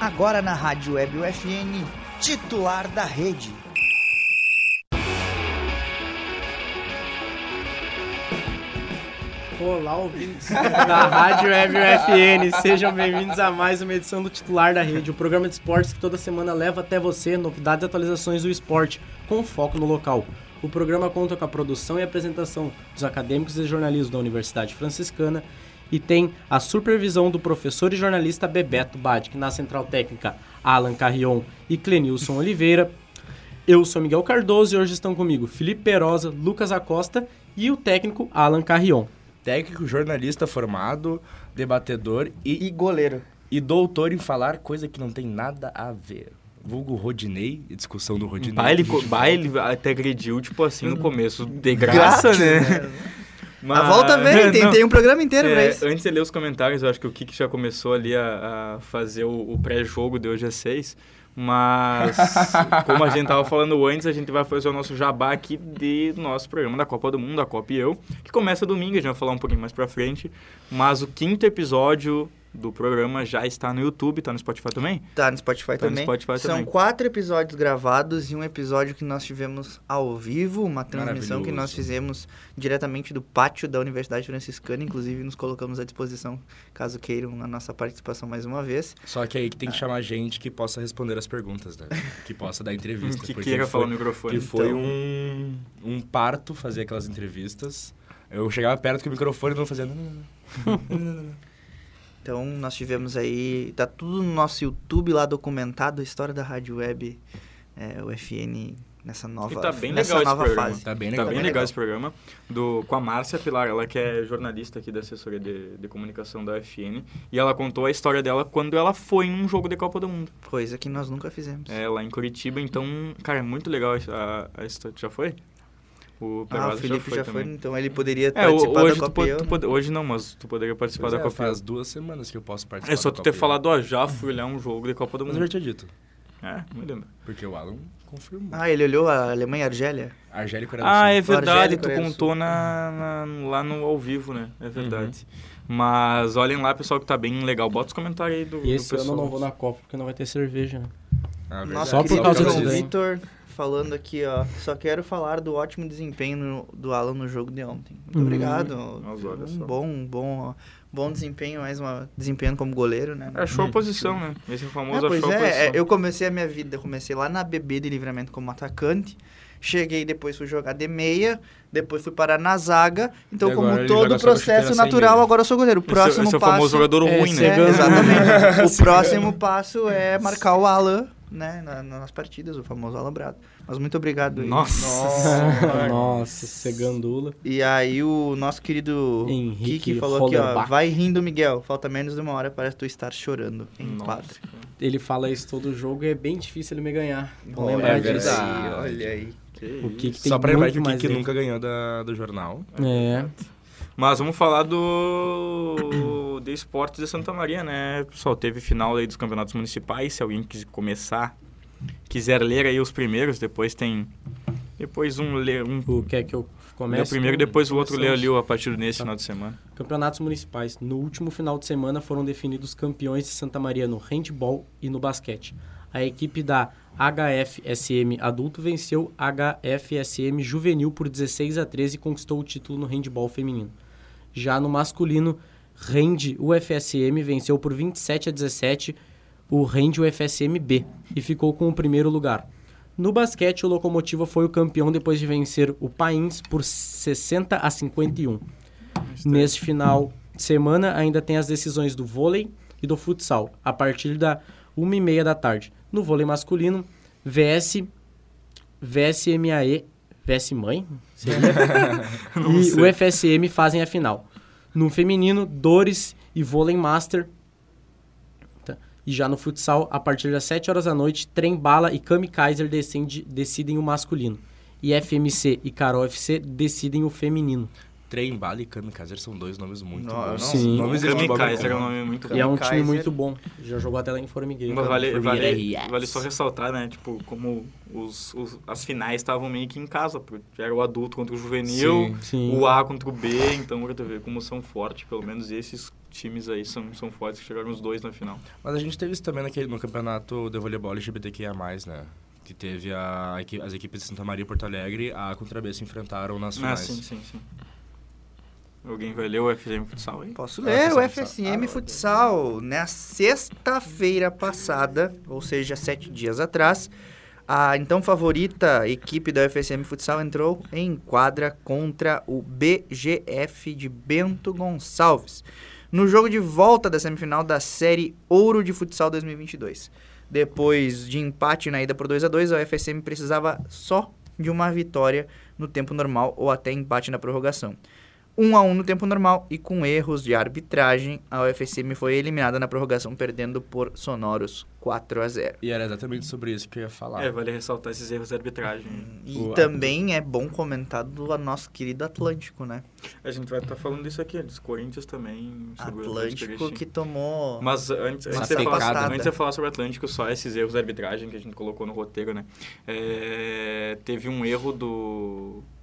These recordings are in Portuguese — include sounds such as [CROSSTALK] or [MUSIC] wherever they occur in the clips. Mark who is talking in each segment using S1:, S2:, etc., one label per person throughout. S1: agora na Rádio Web UFN, titular da rede.
S2: Olá, ouvintes [LAUGHS] da Rádio Web UFN, sejam bem-vindos a mais uma edição do Titular da Rede, o programa de esportes que toda semana leva até você novidades e atualizações do esporte, com foco no local. O programa conta com a produção e apresentação dos acadêmicos e jornalistas da Universidade Franciscana e tem a supervisão do professor e jornalista Bebeto Badic, na Central Técnica Alan Carrion e Clenilson Oliveira. Eu sou Miguel Cardoso e hoje estão comigo Felipe Perosa, Lucas Acosta e o técnico Alan Carrion.
S3: técnico, jornalista formado, debatedor e,
S1: E goleiro.
S3: e doutor em falar coisa que não tem nada a ver. Vulgo Rodinei, discussão do Rodinei.
S4: Baile, co- baile até agrediu, tipo assim, no começo, de graça, né? Mas-
S1: A volta vem, tem,
S4: É, Não,
S1: tem um programa inteiro pra
S4: é,
S1: isso.
S4: antes de ler os comentários, eu acho que o Kiki já começou ali a, a fazer o, o pré-jogo de hoje às seis.
S1: [LAUGHS]
S4: Mas, como a gente tava falando antes, a gente vai fazer o nosso jabá aqui de nosso programa da Copa do Mundo, a Copa e Eu, que começa domingo, a gente vai falar um pouquinho mais pra frente. Mas o quinto episódio do programa já está no YouTube, tá no Spotify também?
S1: Tá no Spotify
S4: Tá no
S1: também.
S4: Spotify
S1: São
S4: também.
S1: quatro episódios gravados e um episódio que nós tivemos ao vivo, uma transmissão que
S3: Maravilhoso.
S1: nós fizemos diretamente do pátio da Universidade Franciscana, inclusive nos colocamos à disposição, caso queiram, a nossa participação mais uma vez.
S3: Só que aí que tem que chamar gente que possa responder as perguntas, né? Que possa dar entrevista.
S4: [LAUGHS] que
S3: porque
S4: queira
S3: foi-
S4: falar no
S3: Que
S4: microfone.
S3: foi
S1: Então.
S3: um, um parto fazer aquelas entrevistas. Eu chegava perto com o microfone e não fazia... "Não, não, não."
S1: Então, nós tivemos aí, tá tudo no nosso YouTube lá documentado, a história da Rádio Web é, UFN nessa nova,
S4: E tá bem
S1: nessa
S4: legal esse
S1: nova
S4: programa.
S1: fase.
S3: Tá bem
S4: Tá
S3: legal.
S4: bem
S1: Tá bem
S4: legal,
S1: legal.
S4: esse programa. Do, com a Márcia Pilar, ela que é jornalista aqui da assessoria de, de comunicação da UFN. E ela contou a história dela quando ela foi em um jogo de Copa do Mundo.
S1: Coisa que nós nunca fizemos.
S4: É, lá em Curitiba. Então, cara, é muito legal a, a história. Já foi? O
S1: ah,
S4: Perosa
S1: o Felipe já foi,
S4: também.
S1: então ele poderia
S4: É, o-
S1: participar
S4: hoje,
S1: da Copa
S4: tu pode,
S1: e eu né?
S4: tu
S1: não.
S4: pode- hoje não, mas tu poderia participar
S3: Pois
S4: da
S3: é,
S4: Copa.
S3: faz duas semanas que eu posso participar
S4: É só
S3: da
S4: tu ter
S3: Copa.
S4: falado, ó, já fui olhar um jogo de Copa do
S3: Mas eu já
S4: Mundo.
S3: tinha dito.
S1: Uhum.
S4: É, me lembro.
S3: Porque o Alan confirmou.
S1: Ah, ele olhou a Alemanha e a Argélia?
S3: Argélio Coreia do
S4: Ah,
S3: Sul.
S4: é verdade,
S1: Argélico,
S4: tu
S1: Coreia do
S4: contou
S1: Uhum.
S4: na, na- lá no ao vivo, né?
S2: Uhum.
S4: É verdade. Mas olhem lá, pessoal, que tá bem legal. Bota os comentários aí do,
S2: E
S4: do
S2: esse ano
S4: pessoal.
S2: eu não vou na Copa porque não vai ter cerveja, né?
S4: É
S3: Ah, verdade.
S1: Nossa,
S2: Só por
S1: querido
S2: causa
S1: João
S2: disso.
S1: Vitor falando aqui, ó. Só quero falar do ótimo desempenho no- do Alan no jogo de ontem. Muito
S2: Hum.
S1: obrigado.
S4: Nossa, olha
S1: um
S4: só.
S1: bom, um bom, bom desempenho, mais uma desempenho como goleiro, né?
S4: Achou
S2: Hum.
S4: a posição, né? Esse
S1: É,
S4: famoso
S1: pois
S4: achou a
S1: é, é,
S4: posição.
S1: eu comecei a minha vida, comecei lá na BB de Livramento como atacante. Cheguei, depois fui jogar de meia, depois fui parar na zaga. Então,
S3: E agora
S1: como
S3: ele
S1: todo
S3: joga só com
S1: processo
S3: chuteira sem
S1: natural,
S3: meia.
S1: agora eu sou goleiro. O
S4: esse,
S1: próximo
S4: esse é o
S1: passo.
S4: famoso jogador
S2: É,
S4: ruim,
S2: esse
S4: né?
S1: É,
S2: é-
S4: [LAUGHS]
S1: exatamente. o próximo passo é marcar o Alan, né, na- nas partidas, o famoso alambrado. Mas muito obrigado. aí.
S4: Nossa.
S2: Nossa, é segandula.
S1: E aí o nosso querido
S2: Henrique
S1: Kiki falou aqui, ó,
S2: Hollerbach.
S1: vai rindo, Miguel, falta menos de uma hora para tu estar chorando em
S4: Nossa.
S1: quadro.
S2: Ele fala isso todo jogo e é bem difícil ele me ganhar. Vou
S4: né,
S1: Olha
S2: lembrar
S3: é
S1: aí,
S2: disso.
S3: verdade.
S1: Olha aí.
S2: O
S4: Que...
S2: Kiki tem
S3: Só pra lembrar que
S2: muito
S3: o
S2: mais
S3: Kiki
S2: dele.
S3: nunca ganhou da, do jornal.
S2: É.
S4: Mas vamos falar do [COUGHS] de esportes de Santa Maria, né? Pessoal, teve final aí dos campeonatos municipais, se alguém quiser começar, quiser ler aí os primeiros, depois tem depois um lê um
S2: O que é que eu
S4: lê
S2: começo?
S4: o primeiro,
S2: Então,
S4: depois o outro lê
S2: começamos.
S4: ali a partir desse
S2: Tá.
S4: final de semana.
S2: Campeonatos municipais. No último final de semana foram definidos campeões de Santa Maria no handball e no basquete. A equipe da HFSM adulto venceu a HFSM juvenil por 16 a 13 e conquistou o título no handball feminino. Já no masculino, Rende UFSM venceu por 27 a 17 o Rende UFSM B e ficou com o primeiro lugar. No basquete, o Locomotiva foi o campeão depois de vencer o Pains por 60 a 51. Neste final de semana ainda tem as decisões do vôlei e do futsal, a partir da 1h30 da tarde. No vôlei masculino, VS, VSMAE, VS Mãe, seria? e o FSM fazem a final. No feminino, Dores e Vôlei Master. Tá. E já no futsal, a partir das 7 horas da noite, Trem Bala e Kami Kaiser decide- decidem o masculino. E FMC e Carol FC decidem o feminino.
S3: Trem, Bala e Kamikaze são dois nomes muito
S1: Não, eu
S3: bons.
S1: não-
S2: Sim.
S3: Nomes de futebol
S4: Kamikaze
S3: muito
S4: é um
S3: bons.
S4: nome muito
S2: E é um
S1: Kaiser.
S2: time muito bom. Já jogou até lá em Formigueiro.
S4: Mas vale,
S3: Formigueira
S4: vale,
S3: RS.
S4: vale só ressaltar, né? Tipo, como os, os- as finais estavam meio que em casa. porque Era o adulto contra o juvenil,
S2: Sim.
S4: o A contra o B. Então, pra tu ver como são fortes, pelo menos esses times aí são, são fortes que chegaram os dois na final.
S3: Mas a gente teve isso também naquele, no campeonato de voleibol LGBTQIA+, né? Que teve a, equi- as equipes de Santa Maria e Porto Alegre, a Contrabê se enfrentaram nas
S4: Ah,
S3: finais.
S4: sim, sim, sim. Alguém vai ler o FGM Futsal aí?
S1: Posso
S3: Ah,
S1: ler É, o
S3: futsal, futsal.
S1: FSM Futsal. Na sexta-feira passada, ou seja, sete dias atrás, a então favorita equipe da UFSM Futsal entrou em quadra contra o BGF de Bento Gonçalves. No jogo de volta da semifinal da Série Ouro de Futsal 2022. Depois de empate na ida por 2 a 2 a UFSM precisava só de uma vitória no tempo normal ou até empate na prorrogação. 1 a 1 no tempo normal e com erros de arbitragem, a UFSM foi eliminada na prorrogação perdendo por sonoros 4 a 0.
S3: E era exatamente sobre isso que eu ia falar.
S4: É, vale ressaltar esses erros de arbitragem.
S1: E
S3: O-
S1: também é bom comentar do nosso querido Atlântico, né?
S4: A gente vai estar falando disso aqui, dos Corinthians também. sobre o
S1: Atlântico
S4: Atlético
S1: que tomou
S4: Mas antes,
S1: Uma
S4: antes, de falar,
S1: pecada.
S4: antes de falar sobre o Atlântico, só esses erros de arbitragem que a gente colocou no roteiro, né? É, teve um erro do. [LAUGHS]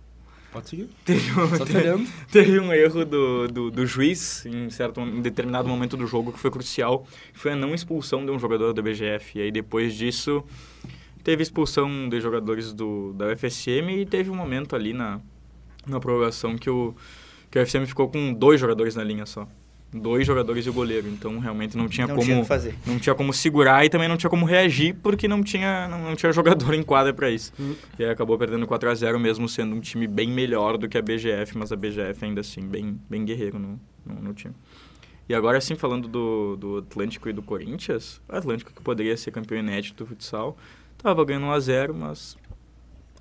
S3: Pode seguir?
S4: Teve um,
S3: Só tô
S4: [LAUGHS]
S3: olhando.
S4: teve um erro do, do, do juiz em certo em determinado momento do jogo que foi crucial. que Foi a não expulsão de um jogador do BGF. E aí depois disso, teve expulsão de jogadores do, da UFSM e teve um momento ali na, na prorrogação que o, que a UFSM ficou com dois jogadores na linha só. Dois jogadores e o goleiro. Então realmente não tinha
S1: não
S4: como.
S1: tinha o que fazer.
S4: Não tinha como segurar e também não tinha como reagir porque não tinha, não, não tinha [LAUGHS] jogador em quadra pra isso.
S3: Hum.
S4: E aí acabou perdendo 4 a 0 mesmo sendo um time bem melhor do que a BGF, mas a BGF ainda assim bem, bem guerreiro no, no, no time. E agora sim, falando do, do Atlântico e do Corinthians, o Atlântico que poderia ser campeão inédito do futsal, tava ganhando 1 a 0 mas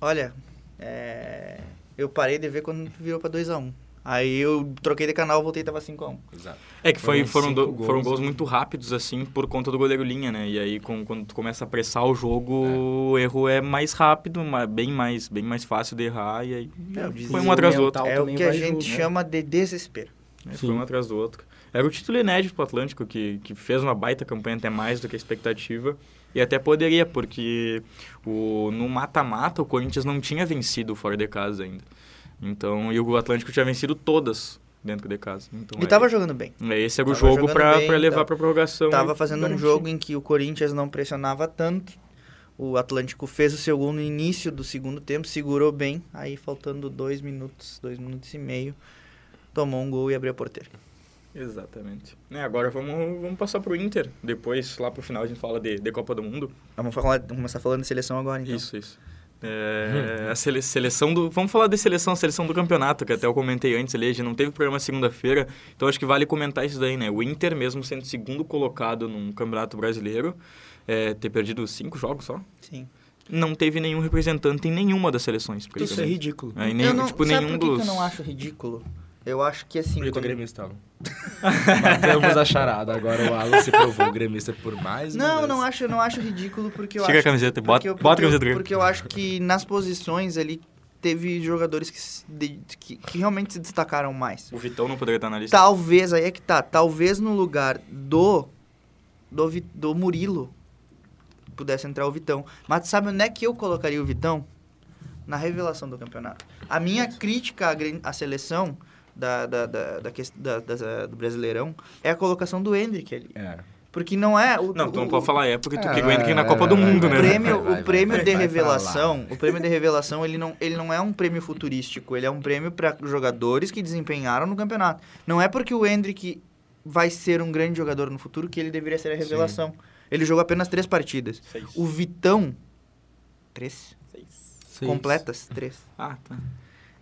S1: Olha, é, eu parei de ver quando virou pra 2 a 1. Aí eu troquei de canal, voltei e tava 5 a 1.
S3: Exato.
S4: é que foi,
S3: Foram
S4: foram,
S3: cinco
S4: do- foram
S3: gols,
S4: gols
S3: né?
S4: muito rápidos assim por conta do goleiro linha, né? E aí com- quando tu começa a pressar o jogo, o erro é mais rápido, ma- bem mais bem mais fácil de errar e aí
S1: É, o
S4: foi um atrás do outro.
S2: Tal
S1: É o
S2: também
S1: que a
S2: vai
S1: gente
S2: junto, né?
S1: chama de desespero.
S4: É,
S2: Sim.
S4: foi um atrás do outro. Era o título inédito pro Atlântico, que, que fez uma baita campanha até mais do que a expectativa. E até poderia, porque o, no mata-mata o Corinthians não tinha vencido fora de casa ainda. Então, e o Atlântico tinha vencido todas dentro de casa. Então,
S1: E
S4: aí-
S1: tava jogando bem.
S4: é, esse era o
S1: tava
S4: jogo
S1: jogando
S4: pra,
S1: bem,
S4: pra levar
S1: tava-
S4: pra prorrogação.
S1: Tava
S4: e
S1: fazendo um
S4: garantir.
S1: jogo em que o Corinthians não pressionava tanto. O Atlântico fez o seu gol no início do segundo tempo, segurou bem. Aí, faltando dois minutos, dois minutos e meio, tomou um gol e abriu a porteira.
S4: Exatamente. Né, agora vamos, vamos passar pro Inter. Depois, lá pro final, a gente fala de, de Copa do Mundo.
S1: Vamos falar- vamos começar falando de seleção agora, então. Uhum.
S4: Isso, isso. É, a sele- seleção do. Vamos falar de seleção, a seleção do campeonato, que até eu comentei antes ali, a gente não teve programa segunda-feira, então acho que vale comentar isso daí, né? O Inter, mesmo sendo segundo colocado num campeonato brasileiro, é, ter perdido cinco jogos só,
S1: Sim.
S4: não teve nenhum representante em nenhuma das seleções.
S3: Isso é
S4: praticamente.
S3: ridículo.
S4: É, em nenhum,
S1: eu não,
S4: tipo,
S1: sabe por
S4: nenhum
S1: que que
S4: dos.
S1: eu não acho ridículo? Eu acho que assim.
S3: Eu tô
S1: quando-
S3: gremista, Alan. Matamos a charada. Agora o Alan se provou gremista por mais uma
S1: Não,
S3: vez.
S1: não acho, eu não acho ridículo porque eu
S4: Chega a
S1: acho.
S4: camiseta,
S1: porque
S4: bota,
S1: eu-
S4: bota a
S1: porque eu-
S4: camiseta do Grêmio.
S1: Porque eu acho que nas posições ali teve jogadores que se de- que- que realmente se destacaram mais.
S4: O Vitão não poderia estar na lista.
S1: Talvez, aí é que tá. Talvez no lugar do. Do, Vi- do Murilo pudesse entrar o Vitão. Mas sabe onde é que eu colocaria o Vitão? Na revelação do campeonato. A minha crítica à, gran- à seleção da, da, da, da ques- da- da- do Brasileirão é a colocação do Hendrick ali.
S3: É.
S1: Porque não é o.
S4: Não, tu não
S1: o-
S4: pode falar época, tu
S3: É,
S4: que ganha aqui na
S3: é,
S4: Copa
S3: é,
S4: do
S3: é,
S4: Mundo,
S3: é,
S4: né?
S1: o prêmio,
S3: Vai, vai, vai,
S1: o prêmio
S3: vai,
S1: de
S3: vai pra
S1: revelação, o prêmio de revelação, ele não, ele não é um prêmio futurístico, ele é um prêmio para jogadores que desempenharam no campeonato. Não é porque o Hendrick vai ser um grande jogador no futuro que ele deveria ser a revelação. Ele jogou apenas três partidas.
S4: Seis.
S1: O Vitão três
S4: Seis.
S2: Seis.
S1: completas, três.
S4: Ah, tá.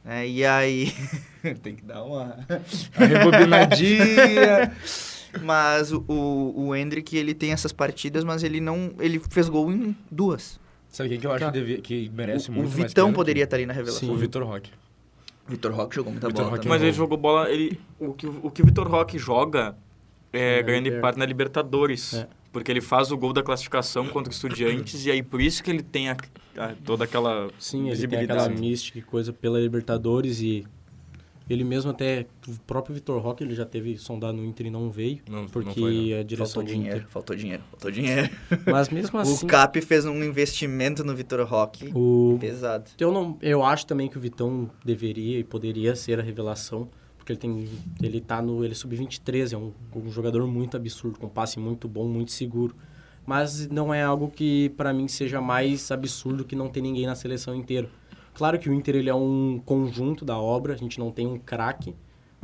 S1: né? e aí,
S3: [LAUGHS] Tem que dar uma, uma
S2: [LAUGHS]
S3: rebobinadinha.
S1: [LAUGHS] mas o, o, o Hendrick ele tem essas partidas, mas ele não, ele fez gol em duas.
S3: Sabe quem que eu acho
S2: Tá.
S3: que, devia- que merece
S1: O, o
S3: muito mais
S1: Vitão
S3: pênalti?
S1: poderia estar ali na revelação.
S3: O Vitor Roque.
S1: Vitor Roque jogou muita
S3: Vitor
S1: bola.
S2: Tá
S3: Roque
S1: também.
S4: Mas ele
S3: bom.
S4: jogou bola. Ele, o, que, o que o Vitor Roque joga é
S2: Na
S4: grande
S2: Liber-
S4: parte na Libertadores.
S2: É.
S4: Porque ele faz o gol da classificação contra os estudiantes e aí por isso que ele tem a- a- toda aquela
S2: Sim, ele tem
S4: visibilidade.
S2: aquela mística e coisa pela Libertadores e ele mesmo até, o próprio Vitor Roque, ele já teve sondado no Inter e não veio,
S3: Não- não
S2: porque
S3: foi,
S2: a direção
S1: Faltou
S2: do
S1: dinheiro,
S2: Inter.
S1: faltou dinheiro, faltou dinheiro.
S2: Mas mesmo
S1: [LAUGHS]
S2: assim,
S1: O Cap fez um investimento no Vitor Roque
S2: o,
S1: pesado.
S2: Então, eu, não, eu acho também que o Vitão deveria e poderia ser a revelação, porque ele tem ele tá no ele é sub-23, é um, um jogador muito absurdo, com um passe muito bom, muito seguro. Mas não é algo que para mim seja mais absurdo que não ter ninguém na seleção inteira. Claro que o Inter ele é um conjunto da obra, a gente não tem um craque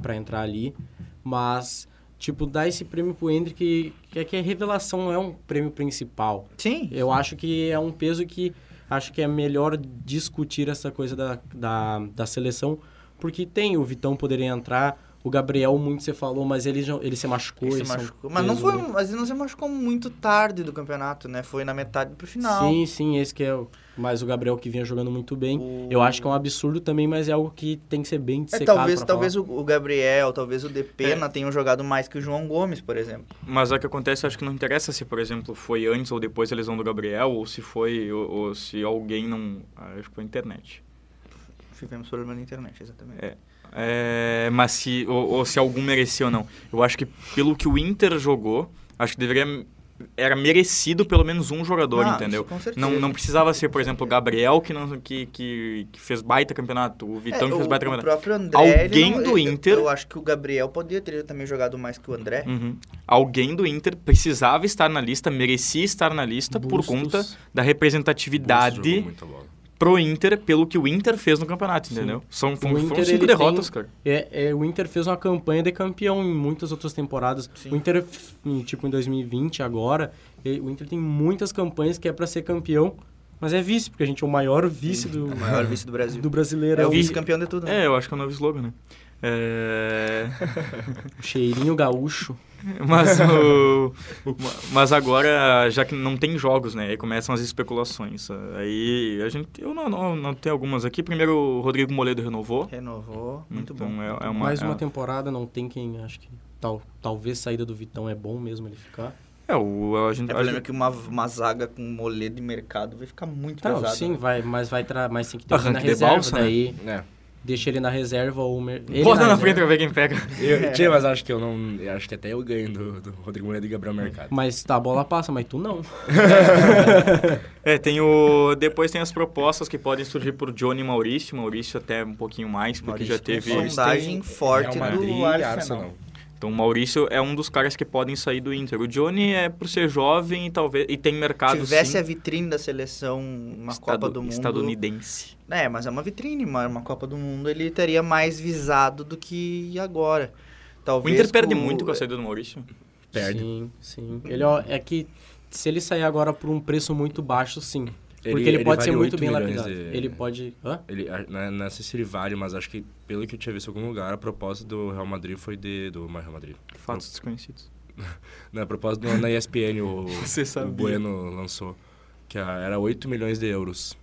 S2: para entrar ali, mas tipo dar esse prêmio pro Hendrick, que é que a revelação não é um prêmio principal.
S1: Sim.
S2: Eu acho que é um peso que acho que é melhor discutir essa coisa da, da, da seleção, porque tem o Vitão poderia entrar, o Gabriel muito você falou, mas ele, já- ele se machucou.
S1: Ele se
S2: esse é um
S1: machucou. Mas não
S2: peso
S1: foi,
S2: muito-
S1: mas ele não se machucou muito tarde do campeonato, né? Foi na metade pro final.
S2: Sim, sim, esse que é o... Mas o Gabriel que vinha jogando muito bem.
S1: O-
S2: Eu acho que é um absurdo também, mas é algo que tem que ser bem
S1: É,
S2: dissecado
S1: talvez
S2: pra
S1: talvez
S2: falar.
S1: o, o Gabriel, talvez o Depena tenham jogado mais que o João Gomes, por exemplo.
S4: Mas é o que acontece, acho que não interessa se, por exemplo, foi antes ou depois da lesão do Gabriel, ou se foi, ou, ou se alguém não... ah, Acho que foi a internet.
S1: Tivemos problema na internet, exatamente.
S4: É. É, mas se, ou, ou se algum merecia ou não. Eu acho que pelo que o Inter jogou, acho que deveria... Era merecido pelo menos um jogador,
S1: Ah,
S4: entendeu?
S1: isso com certeza.
S4: Não, não precisava ser, por exemplo, o Gabriel que, não, que, que, que fez baita campeonato, o Vitão
S1: É,
S4: que fez
S1: o-
S4: baita
S1: o
S4: campeonato.
S1: próprio André, ele
S4: Alguém
S1: não-
S4: do
S1: eu-
S4: Inter-
S1: Eu, acho que o Gabriel poderia ter também jogado mais que o André.
S4: Uhum. Alguém do Inter precisava estar na lista, merecia estar na lista por
S2: Bustos.
S4: conta da
S3: Bustos jogou
S4: representatividade
S3: muita bola.
S4: pro Inter pelo que o Inter fez no campeonato, entendeu? São foram-
S2: Inter,
S4: foram cinco
S2: ele
S4: derrotas,
S2: tem-
S4: cara.
S2: É, é, o Inter fez uma campanha de campeão em muitas outras temporadas.
S1: Sim.
S2: O Inter, em, tipo, em 2020, agora, e- o Inter tem muitas campanhas que é pra ser campeão, mas é vice, porque a gente é o maior vice do,
S1: O maior vice do Brasil.
S2: Hum. do brasileiro.
S1: É o
S2: vi-
S1: vice-campeão de tudo. né?
S4: É, eu acho que é o novo slogan, né? É...
S2: [LAUGHS] o cheirinho gaúcho.
S4: [LAUGHS] Mas,
S1: [LAUGHS]
S4: o- mas agora, já que não tem jogos, né? Aí começam as especulações. Aí a gente. Eu não, não, não tenho algumas aqui. Primeiro, o Rodrigo Moledo renovou.
S1: Renovou. É, Muito
S4: então
S1: bom.
S4: É, é uma,
S2: Mais
S4: é,
S2: uma temporada, não tem quem, acho que... Tal, talvez saída do Vitão é bom mesmo ele ficar.
S4: É, o, a gente,
S1: É
S4: a
S1: problema
S4: gente-
S1: que uma, uma zaga com moledo de mercado vai ficar muito
S2: Tá,
S1: pesado.
S2: sim,
S1: né?
S2: vai, mas vai tra mas tem que ter ele
S4: Arranque
S2: na
S4: de
S2: reserva
S4: balsa, né?
S2: daí.
S3: É.
S2: Deixa ele na reserva ou... mer- ele né?
S4: Bota na
S2: reserva.
S4: frente pra ver quem pega. [LAUGHS]
S3: Eu,
S1: É.
S3: Tchê, mas acho que eu não. eu acho que até eu ganho do, do Rodrigo Moledo e Gabriel Mercado.
S2: Mas tá, a bola passa, mas tu não.
S4: É, tem o. Depois tem as propostas que podem surgir por Johnny e Maurício. Maurício até um pouquinho mais, porque
S1: Maurício
S4: já teve.
S1: Maurício. Sondagem forte
S3: Real Madrid
S1: do
S3: e
S1: Arsenal.
S4: Então o Maurício é um dos caras que podem sair do Inter. O Johnny é por ser jovem e talvez. E tem mercado.
S1: Tivesse
S4: sim,
S1: a vitrine da seleção, uma
S4: estadu-
S1: Copa do Mundo.
S4: Estadunidense.
S1: É, mas é uma vitrine, uma, uma Copa do Mundo ele teria mais visado do que agora.
S4: O
S1: Talvez
S4: Inter perde
S1: com- É,
S4: muito com a saída do Maurício.
S3: Perde.
S2: Sim, sim. Ele, ó, é que se ele sair agora por um preço muito baixo, sim.
S3: Ele-
S2: Porque ele,
S3: ele
S2: pode
S3: vale
S2: ser muito
S3: 8
S2: bem
S3: milhões
S2: lapidado.
S3: de-
S2: Ele pode... Hã?
S3: Ele, a- não, não sei se ele vale, mas acho que, pelo que eu tinha visto em algum lugar, a proposta do Real Madrid foi de. Do Real Madrid.
S4: Fatos desconhecidos.
S3: Não, a proposta do- na
S2: [LAUGHS]
S3: ESPN, o,
S4: Você
S3: o
S4: sabia.
S3: Bueno lançou. Que a- era 8 milhões de euros.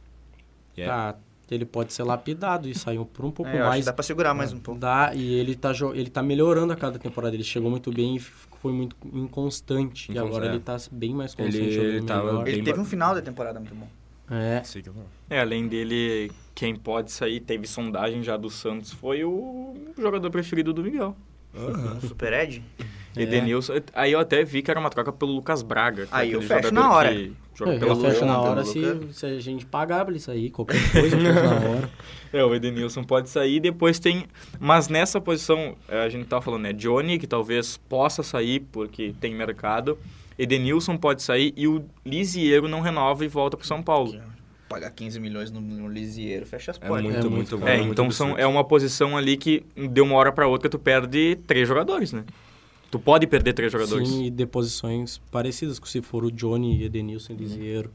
S3: E é-
S2: Tá, ele pode ser lapidado e sair por um pouco
S1: É, eu acho que
S2: mais. né?
S1: dá pra segurar mais um pouco.
S2: Dá, e ele tá, jo- ele tá melhorando a cada temporada. Ele chegou muito bem e f- foi muito inconstante. E
S3: Incons-
S2: agora
S3: é.
S2: ele tá bem mais
S3: Ele-
S2: constante.
S3: ele
S2: jogando
S3: tava
S2: melhor.
S1: Ele
S3: Bem
S1: teve
S3: ba-
S1: um final da temporada muito bom.
S2: É,
S3: Sei que eu não.
S4: É, além dele, quem pode sair, teve sondagem já do Santos, foi o jogador preferido do Miguel.
S1: Um Super Ed.
S2: É.
S4: Edenilson. Aí eu até vi que era uma troca pelo Lucas Braga. que é
S1: Aí eu
S4: aquele
S1: fecho
S4: jogador
S1: na hora.
S4: que joga
S2: É, Eu,
S4: pela
S2: eu fecho
S4: Fiorentina,
S2: na
S4: pelo
S2: hora
S4: Lucas.
S2: se, se a gente pagar pra ele sair, qualquer coisa, eu fecho na
S3: [LAUGHS]
S2: hora.
S4: É, o Edenilson pode sair, depois tem... Mas nessa posição, é, a gente tá falando, né? Johnny, que talvez possa sair, porque tem mercado. Edenilson pode sair e o Lisiero não renova e volta pro São Paulo.
S1: Pagar 15 milhões no, no Lisieiro, fecha as
S3: É
S1: portas.
S3: muito,
S2: É muito
S3: muito bom.
S2: caro.
S4: É,
S3: muito
S4: então são,
S3: absurdo.
S4: é uma posição ali que de uma hora pra outra tu perde três jogadores, né? Tu pode perder três jogadores.
S2: Sim, e de posições parecidas, se for o Johnny, Edenilson, Lisieiro.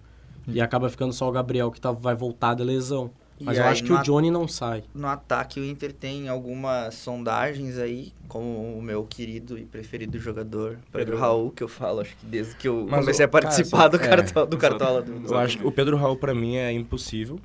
S2: E acaba ficando só o Gabriel, que tá, vai voltar da lesão.
S1: E
S2: Mas eu
S1: aí,
S2: acho que
S1: no
S2: o
S1: at-
S2: Johnny não sai.
S1: No ataque, o Inter tem algumas sondagens aí, como o meu querido e preferido jogador, Pedro Raul, que eu falo, acho que desde que eu
S3: Mas
S1: comecei
S3: o-
S1: a participar
S3: cara,
S1: do,
S3: é,
S1: cartola, do Cartola. Do...
S3: Eu acho que o Pedro Raul, pra mim, é impossível.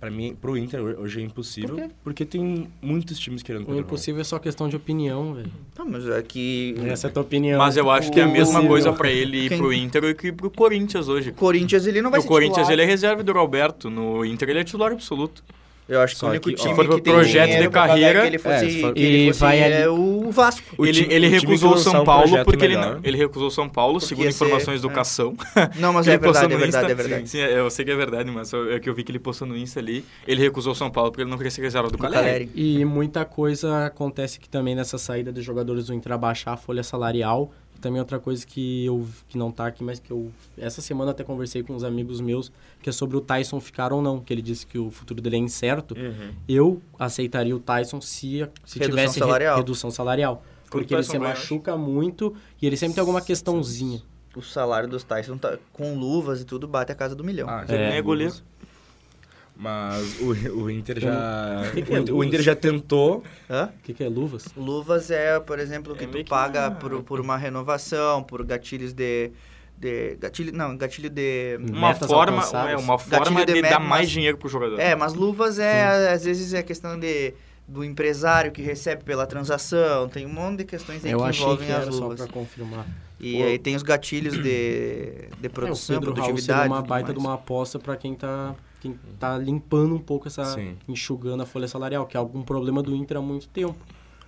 S3: Pra mim, pro Inter, hoje é impossível. Porque tem muitos times querendo o
S2: O
S3: Pedro
S2: impossível é só questão de opinião, velho.
S1: Não, mas é que
S2: Essa é a tua opinião.
S4: Mas eu acho que é a
S2: O-
S4: mesma
S2: o-
S4: coisa pra ele e
S1: Quem-
S4: pro Inter e que pro Corinthians hoje.
S1: o Corinthians ele não vai
S4: No
S1: ser
S4: Corinthians
S1: titular.
S4: ele é reserva do Roberto, no Inter ele é titular absoluto.
S1: Eu acho que
S3: Só
S1: o único
S3: que, ó,
S1: time
S4: foi pro
S1: que tem
S4: projeto de
S1: dinheiro pra pagar
S4: carreira,
S1: que ele fosse,
S3: é, se for-
S1: que ele
S2: e
S1: fosse
S2: vai ali-
S1: é o
S4: [LAUGHS]
S1: Vasco.
S3: O
S4: ele,
S3: time-
S4: ele
S3: o time que
S4: recusou o
S3: lançar
S4: São
S3: um
S4: Paulo
S3: projeto
S4: porque ele,
S3: melhor.
S4: ele recusou o São Paulo,
S1: Porque
S4: segundo
S1: ia ser-
S4: informações do
S1: é.
S4: Cação.
S1: Não, mas
S4: Que
S1: é
S4: ele
S1: verdade, é
S4: postou no
S1: verdade,
S4: Insta.
S1: é verdade.
S4: Sim, eu sei que é verdade, mas eu- é que eu vi que ele postou no Insta ali. Ele recusou o São Paulo porque ele não queria ser reserva do
S1: Do
S4: Caleri.
S1: Caleri.
S2: E muita coisa acontece aqui também nessa saída dos jogadores do Inter abaixar a folha salarial. E também outra coisa que eu que não tá aqui, mas que eu essa semana até conversei com uns amigos meus, que é sobre o Tyson ficar ou não, que ele disse que o futuro dele é incerto. Eu aceitaria o Tyson se, se
S1: Uhum. Redução
S2: tivesse re-
S1: salarial.
S2: redução salarial. Porque ele
S4: Tyson
S2: se
S4: ganha,
S2: machuca muito e ele sempre tem alguma questãozinha.
S1: O salário dos Tyson tá, com luvas e tudo bate a casa do milhão.
S3: Ah,
S4: Ele nem é goleiro.
S3: Mas o, o Inter já. [LAUGHS]
S2: Que que
S3: o
S2: é
S3: Inter- o
S2: luvas?
S3: Inter já tentou.
S1: Hã?
S2: O que, que é luvas?
S1: Luvas é, por exemplo, que
S4: É meio
S1: tu
S4: que
S1: paga
S4: uma-
S1: por, por uma renovação, por gatilhos de. de gatilho, não, gatilho de.
S4: Uma
S2: Metas
S4: forma,
S2: alcançadas.
S4: é, uma forma
S1: Gatilho
S4: de,
S1: de
S4: dar
S1: meta,
S4: mais
S1: mas-
S4: dinheiro pro jogador.
S1: É, mas luvas é,
S2: Hum.
S1: às vezes, é questão de. Do empresário que recebe pela transação, tem um monte de questões aí
S2: Eu
S1: que
S2: achei
S1: envolvem
S2: que
S1: as
S2: era só
S1: luvas.
S2: pra confirmar.
S1: E
S2: Pô.
S1: aí tem os gatilhos
S2: [CLEARS THROAT]
S1: de, de produção,
S2: é, o Pedro Raul
S1: produtividade.
S2: seria
S1: e
S2: uma
S1: tudo
S2: baita
S1: mais.
S2: de uma aposta para quem tá, quem tá limpando um pouco essa...
S3: Sim.
S2: enxugando a folha salarial, que é algum problema do Inter há muito tempo.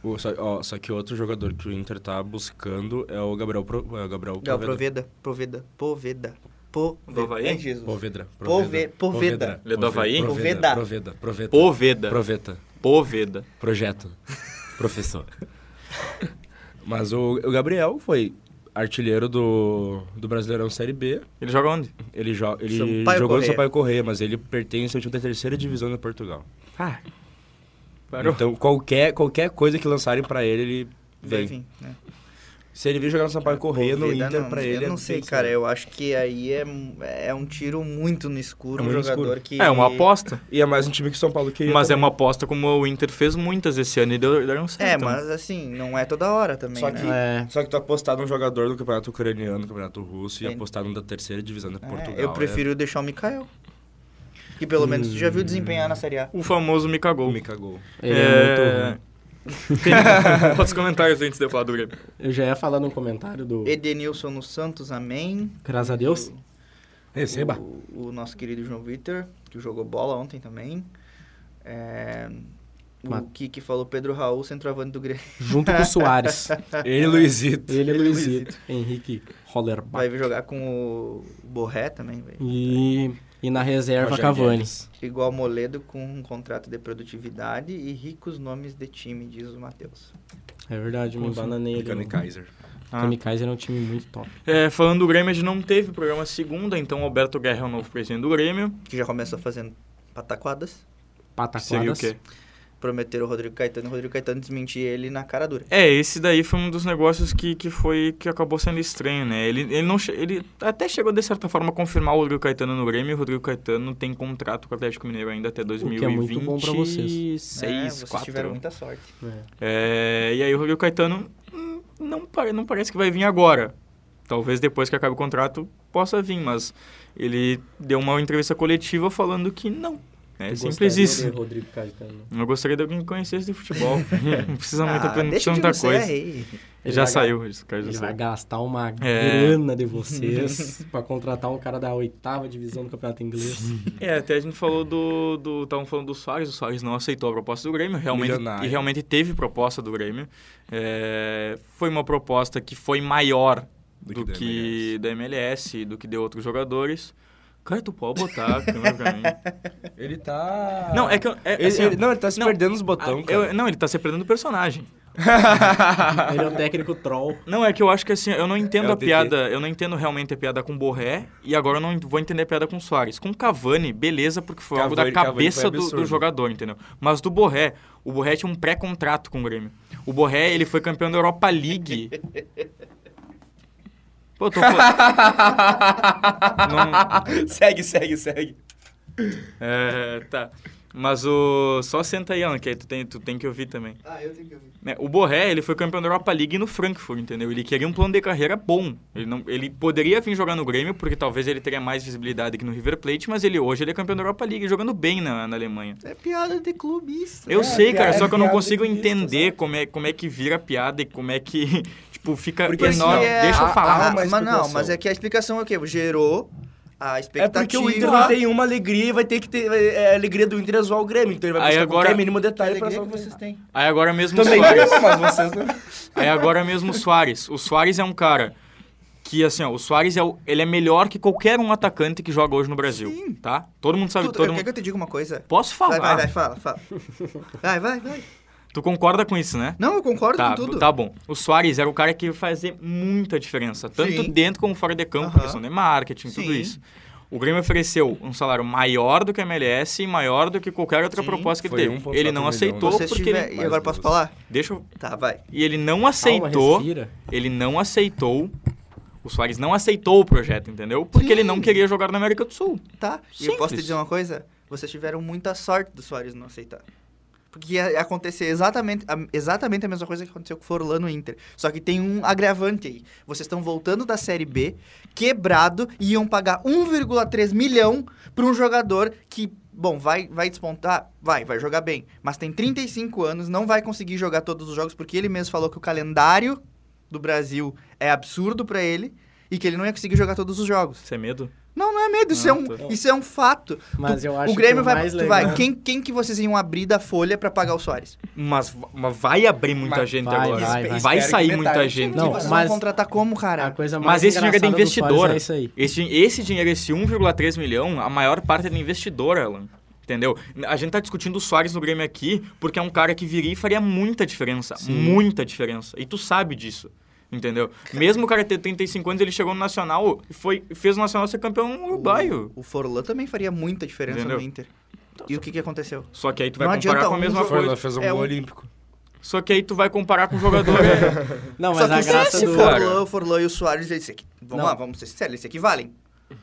S3: O- só, ó, só que outro jogador que o Inter tá buscando é o Gabriel, Pro, é o Gabriel
S1: Não,
S3: Poveda.
S1: proveda, proveda, poveda, poveda.
S4: Do Havaí?
S1: É Jesus.
S3: Poveda.
S1: Pove- Poveda.
S4: Ele é do Havaí?
S3: Poveda.
S1: Poveda.
S3: Proveda. Proveta.
S4: Poveda.
S3: Proveta.
S4: Poveda.
S3: Projeto. [LAUGHS] Professor. Mas o, o Gabriel foi artilheiro do, do Brasileirão Série B.
S4: Ele joga onde?
S3: Ele, jo ele
S1: Sampaio
S3: jogou no
S1: Corrêa.
S3: Sampaio Correia, mas ele pertence ao time da terceira divisão de Portugal.
S4: Ah, parou.
S3: Então, qualquer, qualquer coisa que lançarem pra ele, ele vem.
S1: Enfim, né?
S3: Se ele vir jogar no Sampaio Correia, no
S1: Poveda,
S3: Inter,
S1: É, não,
S3: pra
S1: eu
S3: ele...
S1: não
S3: é
S1: sei,
S3: bem
S1: cara.
S3: certo.
S1: Eu acho que aí é, um- é um tiro muito no escuro.
S3: É
S1: um
S3: muito no
S1: jogador
S3: escuro.
S1: que.
S4: É uma aposta,
S3: E é mais um time que o São Paulo queria.
S4: mas é
S3: também.
S4: uma aposta como o Inter fez muitas esse ano e deu, deram certo.
S1: É,
S3: então.
S4: né?
S1: mas assim, não é toda hora também.
S3: Só
S1: né?
S3: que-
S2: É,
S3: Só que tu apostar num jogador do campeonato ucraniano, do campeonato russo, e
S1: Sim.
S3: apostar num da terceira divisão de
S1: É,
S3: Portugal.
S1: eu prefiro deixar o Mikael. Que pelo menos tu já
S3: Hum.
S1: viu desempenhar na Série A.
S4: O famoso me
S3: É...
S4: cagou.
S3: Me cagou.
S2: ele é... muito ruim.
S4: [LAUGHS] Tem outros comentários antes de eu falar do Grêmio.
S2: Eu já ia falar num comentário do...
S1: Edenilson no Santos, amém.
S2: Graças a Deus.
S3: Receba.
S1: O, o nosso querido João Vitor, que jogou bola ontem também. É,
S2: Mas-
S1: o Kiki falou Pedro Raul, centroavante do Grêmio.
S2: Junto com o Soares.
S3: Ele, Luizito.
S2: Ele é
S1: Ele e
S2: Luizito. Henrique
S1: Vai
S2: Hollerbach.
S1: vir jogar com o Borré também, velho.
S2: E, e na reserva,
S3: Rogério
S2: Cavani.
S3: Guedes.
S1: Igual Moledo com um contrato de produtividade e ricos nomes de time, diz o Matheus.
S2: É verdade, me
S4: Como assim?
S2: embananei ele.
S3: Cani Kaiser.
S4: Ah.
S2: Kamikaze era um time muito top.
S4: É, falando do Grêmio, a gente não teve programa segunda, então o Alberto Guerra é o novo presidente do Grêmio.
S1: Que já começou fazendo pataquadas.
S4: Que seria o
S2: Pataquadas.
S4: quê?
S1: Prometeram o Rodrigo Caetano e o Rodrigo Caetano desmentiu ele na cara dura.
S4: É, esse daí foi um dos negócios que, que foi que acabou sendo estranho, né? Ele, ele, não, che- ele até chegou, de certa forma, a confirmar o Rodrigo Caetano no Grêmio. e O Rodrigo Caetano tem contrato com o Atlético Mineiro ainda até
S2: que é muito bom pra vocês.
S4: 2026,
S1: é, vocês
S4: 4.
S1: tiveram muita sorte.
S2: É.
S4: É, e aí o Rodrigo Caetano hum, não, pare- não parece que vai vir agora. Talvez depois que acabe o contrato possa vir, mas ele deu uma entrevista coletiva falando que não. É
S2: Tu
S4: simples
S2: gostaria
S4: isso.
S2: de Rodrigo Caetano.
S4: Eu gostaria de alguém que conhecesse de
S2: [LAUGHS]
S4: futebol. não precisa muito,
S1: Ah,
S4: não
S1: deixa
S4: precisa
S1: de
S4: muita
S1: você
S4: coisa.
S1: aí.
S2: Ele
S4: já
S2: vai-
S4: saiu, esse cara já
S2: Ele vai
S4: saiu.
S2: gastar
S4: É.
S2: uma grana
S4: [LAUGHS]
S2: de vocês pra contratar um cara da oitava divisão do campeonato inglês.
S4: É, até a gente falou do. do tavam falando do Soares, o Soares não aceitou a proposta do Grêmio, realmente.
S3: Milionário.
S4: E realmente teve proposta do Grêmio. É, foi uma proposta que foi maior do,
S3: Do que da
S4: que da MLS e do que de outros jogadores. Cara, tu pode botar a câmera pra mim.
S3: Ele tá...
S4: Não, é que eu. é,
S3: Ele,
S4: assim, ó,
S3: ele- não, ele tá se
S4: não,
S3: perdendo nos botões,
S4: ah,
S3: cara.
S4: eu- não, ele tá se perdendo o personagem.
S2: Ele é um
S1: [LAUGHS]
S2: técnico troll.
S4: Não, é que eu acho que assim, eu não entendo
S3: É o
S4: a
S3: DT.
S4: piada, eu não entendo realmente a piada com o Borré, e agora eu não vou entender a piada com o Soares. Com o Cavani, beleza, porque foi algo da
S3: Cavani- Cavani
S4: cabeça
S3: foi
S4: do, do
S3: absurdo.
S4: jogador, entendeu? Mas do Borré, o Borré tinha um pré-contrato com o Grêmio. O Borré, ele foi campeão da
S3: [LAUGHS]
S4: Europa League. Pô, eu tô falando... Não-
S3: segue, segue, segue.
S4: É, tá. Mas o... Só senta aí, Alan, que aí tu tem, tu tem que ouvir também.
S1: Ah, eu tenho que ouvir.
S4: né? O Borré, ele foi campeão da Europa League no Frankfurt, entendeu? Ele queria um plano de carreira bom. Ele, não, ele poderia vir jogar no Grêmio, porque talvez ele teria mais visibilidade que no River Plate, mas ele hoje ele é campeão da Europa League, jogando bem na, na Alemanha.
S1: É piada de clubista.
S4: Eu
S3: É,
S4: sei, cara,
S3: piada-
S4: só que eu não
S3: piada
S4: consigo
S3: de vista,
S4: entender
S3: sabe?
S4: como é, como é que vira a piada e como é que, [LAUGHS] tipo, fica
S3: Porque assim,
S4: enorme.
S3: é-
S4: Deixa eu
S3: a-
S4: falar.
S3: a- uma
S1: mas não,
S3: explicação.
S1: mas é que a explicação é o quê? Gerou a
S3: É
S1: expectativa.
S3: porque o Inter não tem uma alegria e vai ter que ter. É, a alegria do Inter é zoar o Grêmio. Então ele vai
S4: Aí
S3: buscar
S4: agora-
S3: qualquer mínimo
S1: Tá, a
S3: detalhe pra
S1: alegria que
S3: zoar o Grêmio.
S1: vocês têm.
S4: Aí agora mesmo o
S3: Também,
S4: Soares.
S3: mas vocês não.
S4: [LAUGHS] Aí agora mesmo o Soares. O Soares é um cara que, assim, ó, o Soares é, o- ele é melhor que qualquer um atacante que joga hoje no Brasil. Tá? Todo mundo sabe.
S1: Tu,
S4: todo
S1: eu,
S3: é
S4: mundo...
S1: Quer que eu te diga uma coisa?
S4: Posso falar?
S1: Vai, vai, vai, fala, fala. Vai, vai, vai.
S4: Tu concorda com isso, né?
S1: Não, eu concordo
S4: Tá,
S1: com tudo.
S4: tá bom. O Soares era o cara que ia fazer muita diferença, tanto
S1: Sim.
S4: dentro como fora de campo,
S1: Aham.
S4: questão de marketing, tudo
S1: Sim.
S4: isso. O Grêmio ofereceu um salário maior do que a MLS e maior do que qualquer outra
S1: Sim.
S4: proposta que
S3: Foi
S2: um
S4: ele teve.
S3: 1,4
S4: Ele não
S3: milhão.
S4: aceitou
S1: Você
S4: porque
S1: estiver...
S4: ele...
S1: é. E agora
S3: Mais
S1: posso
S3: duas.
S1: falar?
S4: Deixa eu-
S1: Tá, vai.
S4: E ele não
S2: Calma,
S4: aceitou...
S2: respira.
S4: ele não aceitou... O Soares não aceitou o projeto, entendeu? Porque ele não queria jogar na América do Sul.
S1: Tá? E eu
S4: Simples.
S1: posso te dizer uma coisa? Vocês tiveram muita sorte do Soares não aceitar. Porque ia ia acontecer exatamente a, exatamente a mesma coisa que aconteceu com o Forlano e Inter. Só que tem um agravante aí. Vocês estão voltando da Série B, quebrado, e iam pagar 1,3 milhão pra um jogador que, bom, vai, vai despontar, vai, vai jogar bem. Mas tem 35 anos, não vai conseguir jogar todos os jogos, porque ele mesmo falou que o calendário do Brasil é absurdo pra ele e que ele não ia conseguir jogar todos os jogos.
S4: Você é medo?
S1: Não, não é medo, isso,
S4: Ah,
S1: é, um,
S4: tá.
S1: isso é um fato.
S2: Mas
S1: Tu-
S2: eu acho
S1: o Grêmio
S2: que o
S1: vai,
S2: mais
S1: tu
S2: legal-
S1: vai. Quem, quem que vocês iam abrir da folha pra pagar o Soares?
S4: Mas, mas vai abrir muita
S3: Mas
S4: gente
S2: vai,
S4: agora.
S2: vai, vai.
S3: Espero
S4: sair
S3: que
S4: muita
S3: metade.
S4: gente.
S1: e
S2: Não,
S1: Tipo, vocês
S2: mas-
S1: vão contratar como,
S2: A
S1: cara?
S2: coisa mais
S4: Mas esse dinheiro é de
S2: engraçada do Soares
S4: investidora.
S2: É isso aí.
S4: Esse, esse dinheiro, esse 1,3 milhão, a maior parte é do investidor, Alan. Entendeu? A gente tá discutindo o Soares no Grêmio aqui porque é um cara que viria e faria muita diferença. Muita diferença. E tu sabe disso. Entendeu? Mesmo o cara ter 35 anos, ele chegou no Nacional e foi, fez o Nacional ser campeão uruguaio.
S1: O Forlan também faria muita diferença
S4: Entendeu?
S1: no Inter. E o que, que aconteceu?
S4: Só que aí tu vai
S1: Não
S4: comparar
S1: adianta
S4: com a
S1: um
S4: mesma
S1: jogo-
S4: coisa.
S3: Forlan fez um
S1: É
S3: gol
S1: um-
S3: olímpico.
S4: Só que aí tu vai comparar com
S1: [LAUGHS]
S4: o jogador. é,
S2: Não,
S1: Só
S2: mas
S1: que
S2: a graça
S1: se
S2: do...
S1: Forlan,
S4: cara.
S1: o Forlan e o Soares, eles aqui. Vamos
S2: Não.
S1: lá, vamos ser sinceros, eles aqui valem.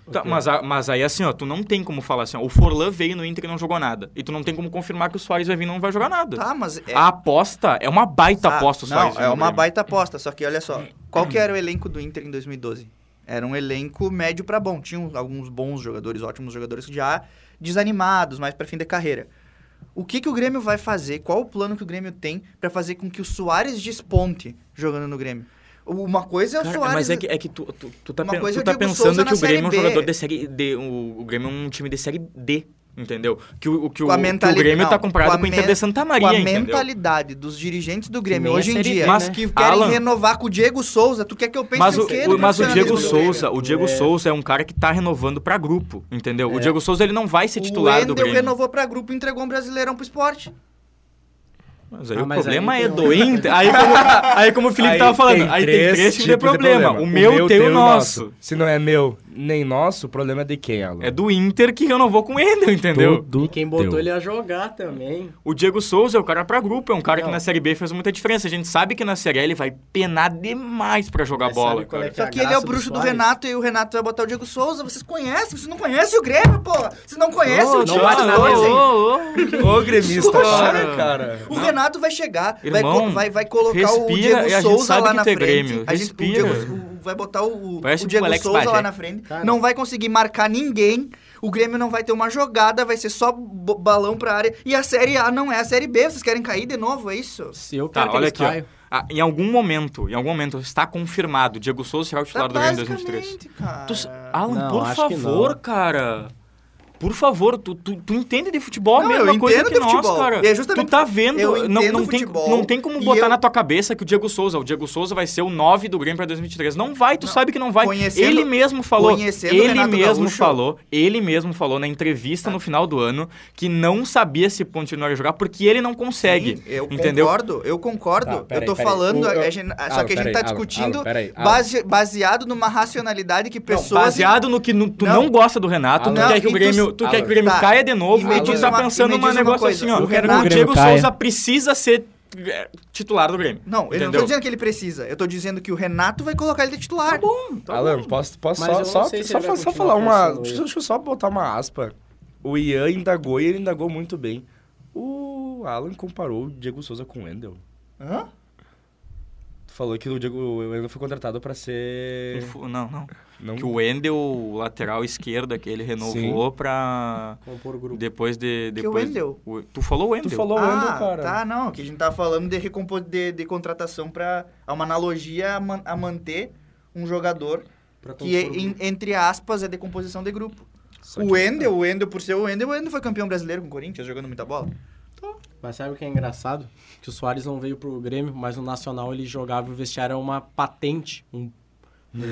S4: Tá, mas, a- mas aí assim, ó, tu não tem como falar assim, ó, o Forlan veio no Inter e não jogou nada. E tu não tem como confirmar que o Soares vai vir e não vai jogar nada.
S1: Tá, mas. É,
S4: A aposta é uma baita
S1: tá,
S4: aposta, o Soares.
S1: Não, é uma baita aposta. Só que olha só, qual que era o elenco do Inter em 2012? Era um elenco médio pra bom. Tinham alguns bons jogadores, ótimos jogadores já desanimados, mais pra fim de carreira. O que, que o Grêmio vai fazer? Qual o plano que o Grêmio tem pra fazer com que o Soares desponte jogando no Grêmio? Uma coisa é o
S4: Cara,
S1: Soares.
S4: mas é que, é que tu, tu, tu tá,
S1: Uma
S4: pen-
S1: coisa
S4: tu
S1: é o
S4: tá
S1: Diego
S4: pensando
S1: Souza
S4: que o
S1: na Série
S4: Grêmio é um
S1: B.
S4: jogador de série D. O, o Grêmio é um time de série D, entendeu? Que o, o- que o,
S1: Com a
S4: que o
S1: mentalidade-
S4: Grêmio tá
S1: não,
S4: comparado
S1: com a
S4: com, o Inter
S1: men-
S4: de Santa
S1: com
S4: Maria,
S1: a
S4: entendeu?
S1: mentalidade dos dirigentes do Grêmio
S2: nem a
S1: hoje em
S2: Série B,
S1: dia,
S4: Mas-
S1: que querem
S4: né? Alan-
S1: renovar com o Diego Souza, tu quer que eu pense
S4: Mas
S1: o
S4: o,
S1: quê?
S4: o-
S1: do
S4: mas o Diego
S1: profissionalismo do Grêmio?
S4: Souza, o Diego
S2: É.
S4: Souza é um cara que tá renovando pra grupo, entendeu? O Diego Souza ele não vai ser
S1: É. o
S4: titular
S1: Wendel
S4: do Grêmio.
S1: renovou pra grupo e entregou um brasileirão pro esporte.
S4: Mas aí
S2: Ah,
S4: o
S2: mas
S4: problema
S2: aí
S4: é
S2: tem
S4: do
S2: um-
S4: Inter. Aí como, [LAUGHS] aí como o Felipe tava falando, aí tem três tipos de problema. O meu, tem o nosso.
S3: Se não é meu nem nosso, o problema é de quem, Alan?
S4: É do Inter que renovou com o Endel, entendeu?
S2: E quem botou ele a jogar também.
S4: O Diego Souza é o cara pra grupo, é um cara
S2: Não.
S4: que na Série B fez muita diferença. A gente sabe que na Série A ele vai penar demais pra jogar
S2: Mas
S4: bola,
S2: sabe qual é
S4: cara.
S2: que
S1: Só
S2: a
S1: que ele é
S2: graça
S1: o
S2: do
S1: bruxo do,
S2: Suárez?
S1: Renato e o Renato vai botar o Diego Souza. Vocês conhecem? Vocês não conhecem o Grêmio, pô? Vocês não assim. conhecem
S4: Ô,
S1: é o time
S4: não,
S1: dos
S4: não,
S1: dois, hein?
S4: ô, ô,
S2: é
S4: ô.
S3: Ô, gremista,
S4: Poxa.
S3: para, cara.
S1: O Renato vai chegar, vai,
S4: Irmão,
S1: co- vai, vai colocar o
S4: respira,
S1: Diego
S4: e a gente
S1: Souza
S4: sabe
S1: lá
S4: que
S1: na
S4: tu é
S1: frente.
S4: Grêmio,
S1: A gente, o
S4: respira.
S1: Diego- o- vai botar o, o-
S4: Parece
S1: o Diego
S4: o Alex
S1: Souza
S4: Bagé.
S1: lá na frente.
S2: Cara.
S1: Não vai conseguir marcar ninguém. O Grêmio não vai ter uma jogada, vai ser só bo- balão pra área. E a Série A não é a Série B. Vocês querem cair de novo, é isso?
S2: Se eu
S4: Tá,
S2: quero
S4: olha
S2: que
S4: aqui, ó.
S2: eles caiam.
S4: Ah, em algum momento, em algum momento, está confirmado. Diego Souza será o titular do Grêmio em 2023.
S1: Tá basicamente, cara.
S4: Tu s- Alan,
S2: Não,
S4: por
S2: acho que
S4: favor,
S2: não.
S4: cara. Por favor, tu, tu, tu entende de futebol a
S1: Não,
S4: mesma
S1: eu
S4: coisa
S1: entendo
S4: que
S1: de
S4: nós,
S1: futebol.
S4: cara.
S1: E é justamente-
S4: tu tá vendo,
S1: eu
S4: não,
S1: entendo
S4: não, tem,
S1: futebol,
S4: não tem como
S1: e
S4: botar
S1: eu-
S4: na tua cabeça que o Diego Souza, o Diego Souza vai ser o 9 do Grêmio pra 2023. Não vai, tu sabe que não vai.
S1: Conhecendo-
S4: ele mesmo falou,
S1: conhecendo o
S4: ele
S1: Renato
S4: mesmo
S1: Gaúcho- Tá.
S4: falou, ele mesmo falou na entrevista no final do ano que não sabia se continuaria a jogar porque ele não consegue.
S1: Sim, eu
S4: entendeu?
S1: concordo, eu concordo.
S5: Tá,
S1: eu
S5: peraí,
S1: tô
S5: peraí.
S1: falando,
S5: O- eu-
S1: a gente- a- só
S5: Alan,
S1: que a gente
S5: peraí,
S1: tá
S5: Alan,
S1: discutindo
S5: Alan, peraí, ah. Alan.
S1: base- baseado numa racionalidade que pessoas.
S4: Baseado no que nu- tu
S1: Não.
S4: não, gosta do Renato,
S1: Alan.
S4: tu quer que o
S1: Não, e tu-
S4: Grêmio, tu quer que o Grêmio
S1: Alan.
S4: caia de novo,
S1: E me
S4: e tu
S1: diz
S4: tá
S1: uma- e
S4: pensando
S1: me
S4: num
S1: diz uma
S4: negócio
S1: coisa,
S4: assim, ó.
S1: o
S4: Eu quero que
S1: Renato-
S4: o Diego
S2: o Grêmio caia.
S4: Souza precisa ser é, titular do Grêmio.
S1: Não, eu não tô
S4: entendeu? Tá
S1: dizendo que ele precisa. Eu tô dizendo que o Renato vai colocar ele de titular.
S3: Alan, posso, posso
S2: Tá Mas eu
S3: só,
S2: não
S3: só,
S2: sei se
S3: só,
S2: ele
S3: fa-
S2: vai
S3: só
S2: continuar
S3: falar uma.
S2: forçando
S3: Deixa,
S2: ele.
S3: eu- deixa eu só botar uma aspa. O Ian indagou e ele indagou muito bem. O Alan comparou o Diego Souza com o Wendel.
S1: Hã?
S3: Falou que o Diego o Wendel foi contratado pra ser.
S4: Infu- Não, não.
S3: Não,
S4: Que o Wendel, o lateral esquerdo, que ele renovou pra.
S2: Compor o grupo.
S4: Depois de.
S1: Que
S4: Depois
S1: Wendel?
S4: o- Tu falou o
S3: tu
S4: Wendel.
S3: falou o Wendel,
S1: Ah,
S3: cara.
S1: tá, não. Que a gente tava falando de, é recompo... de, de contratação pra. a uma analogia a, man- a manter um jogador
S4: Tá
S2: Pra
S1: que,
S2: compor o
S1: em- entre aspas, é decomposição de grupo. O
S4: tá.
S1: Wendel, o Wendel, por ser o Wendel, o Wendel foi campeão brasileiro com o Corinthians, jogando muita bola.
S2: Mas sabe o que é engraçado? Que o Soares não veio pro Grêmio, mas no Nacional ele jogava e o vestiário era uma patente, um,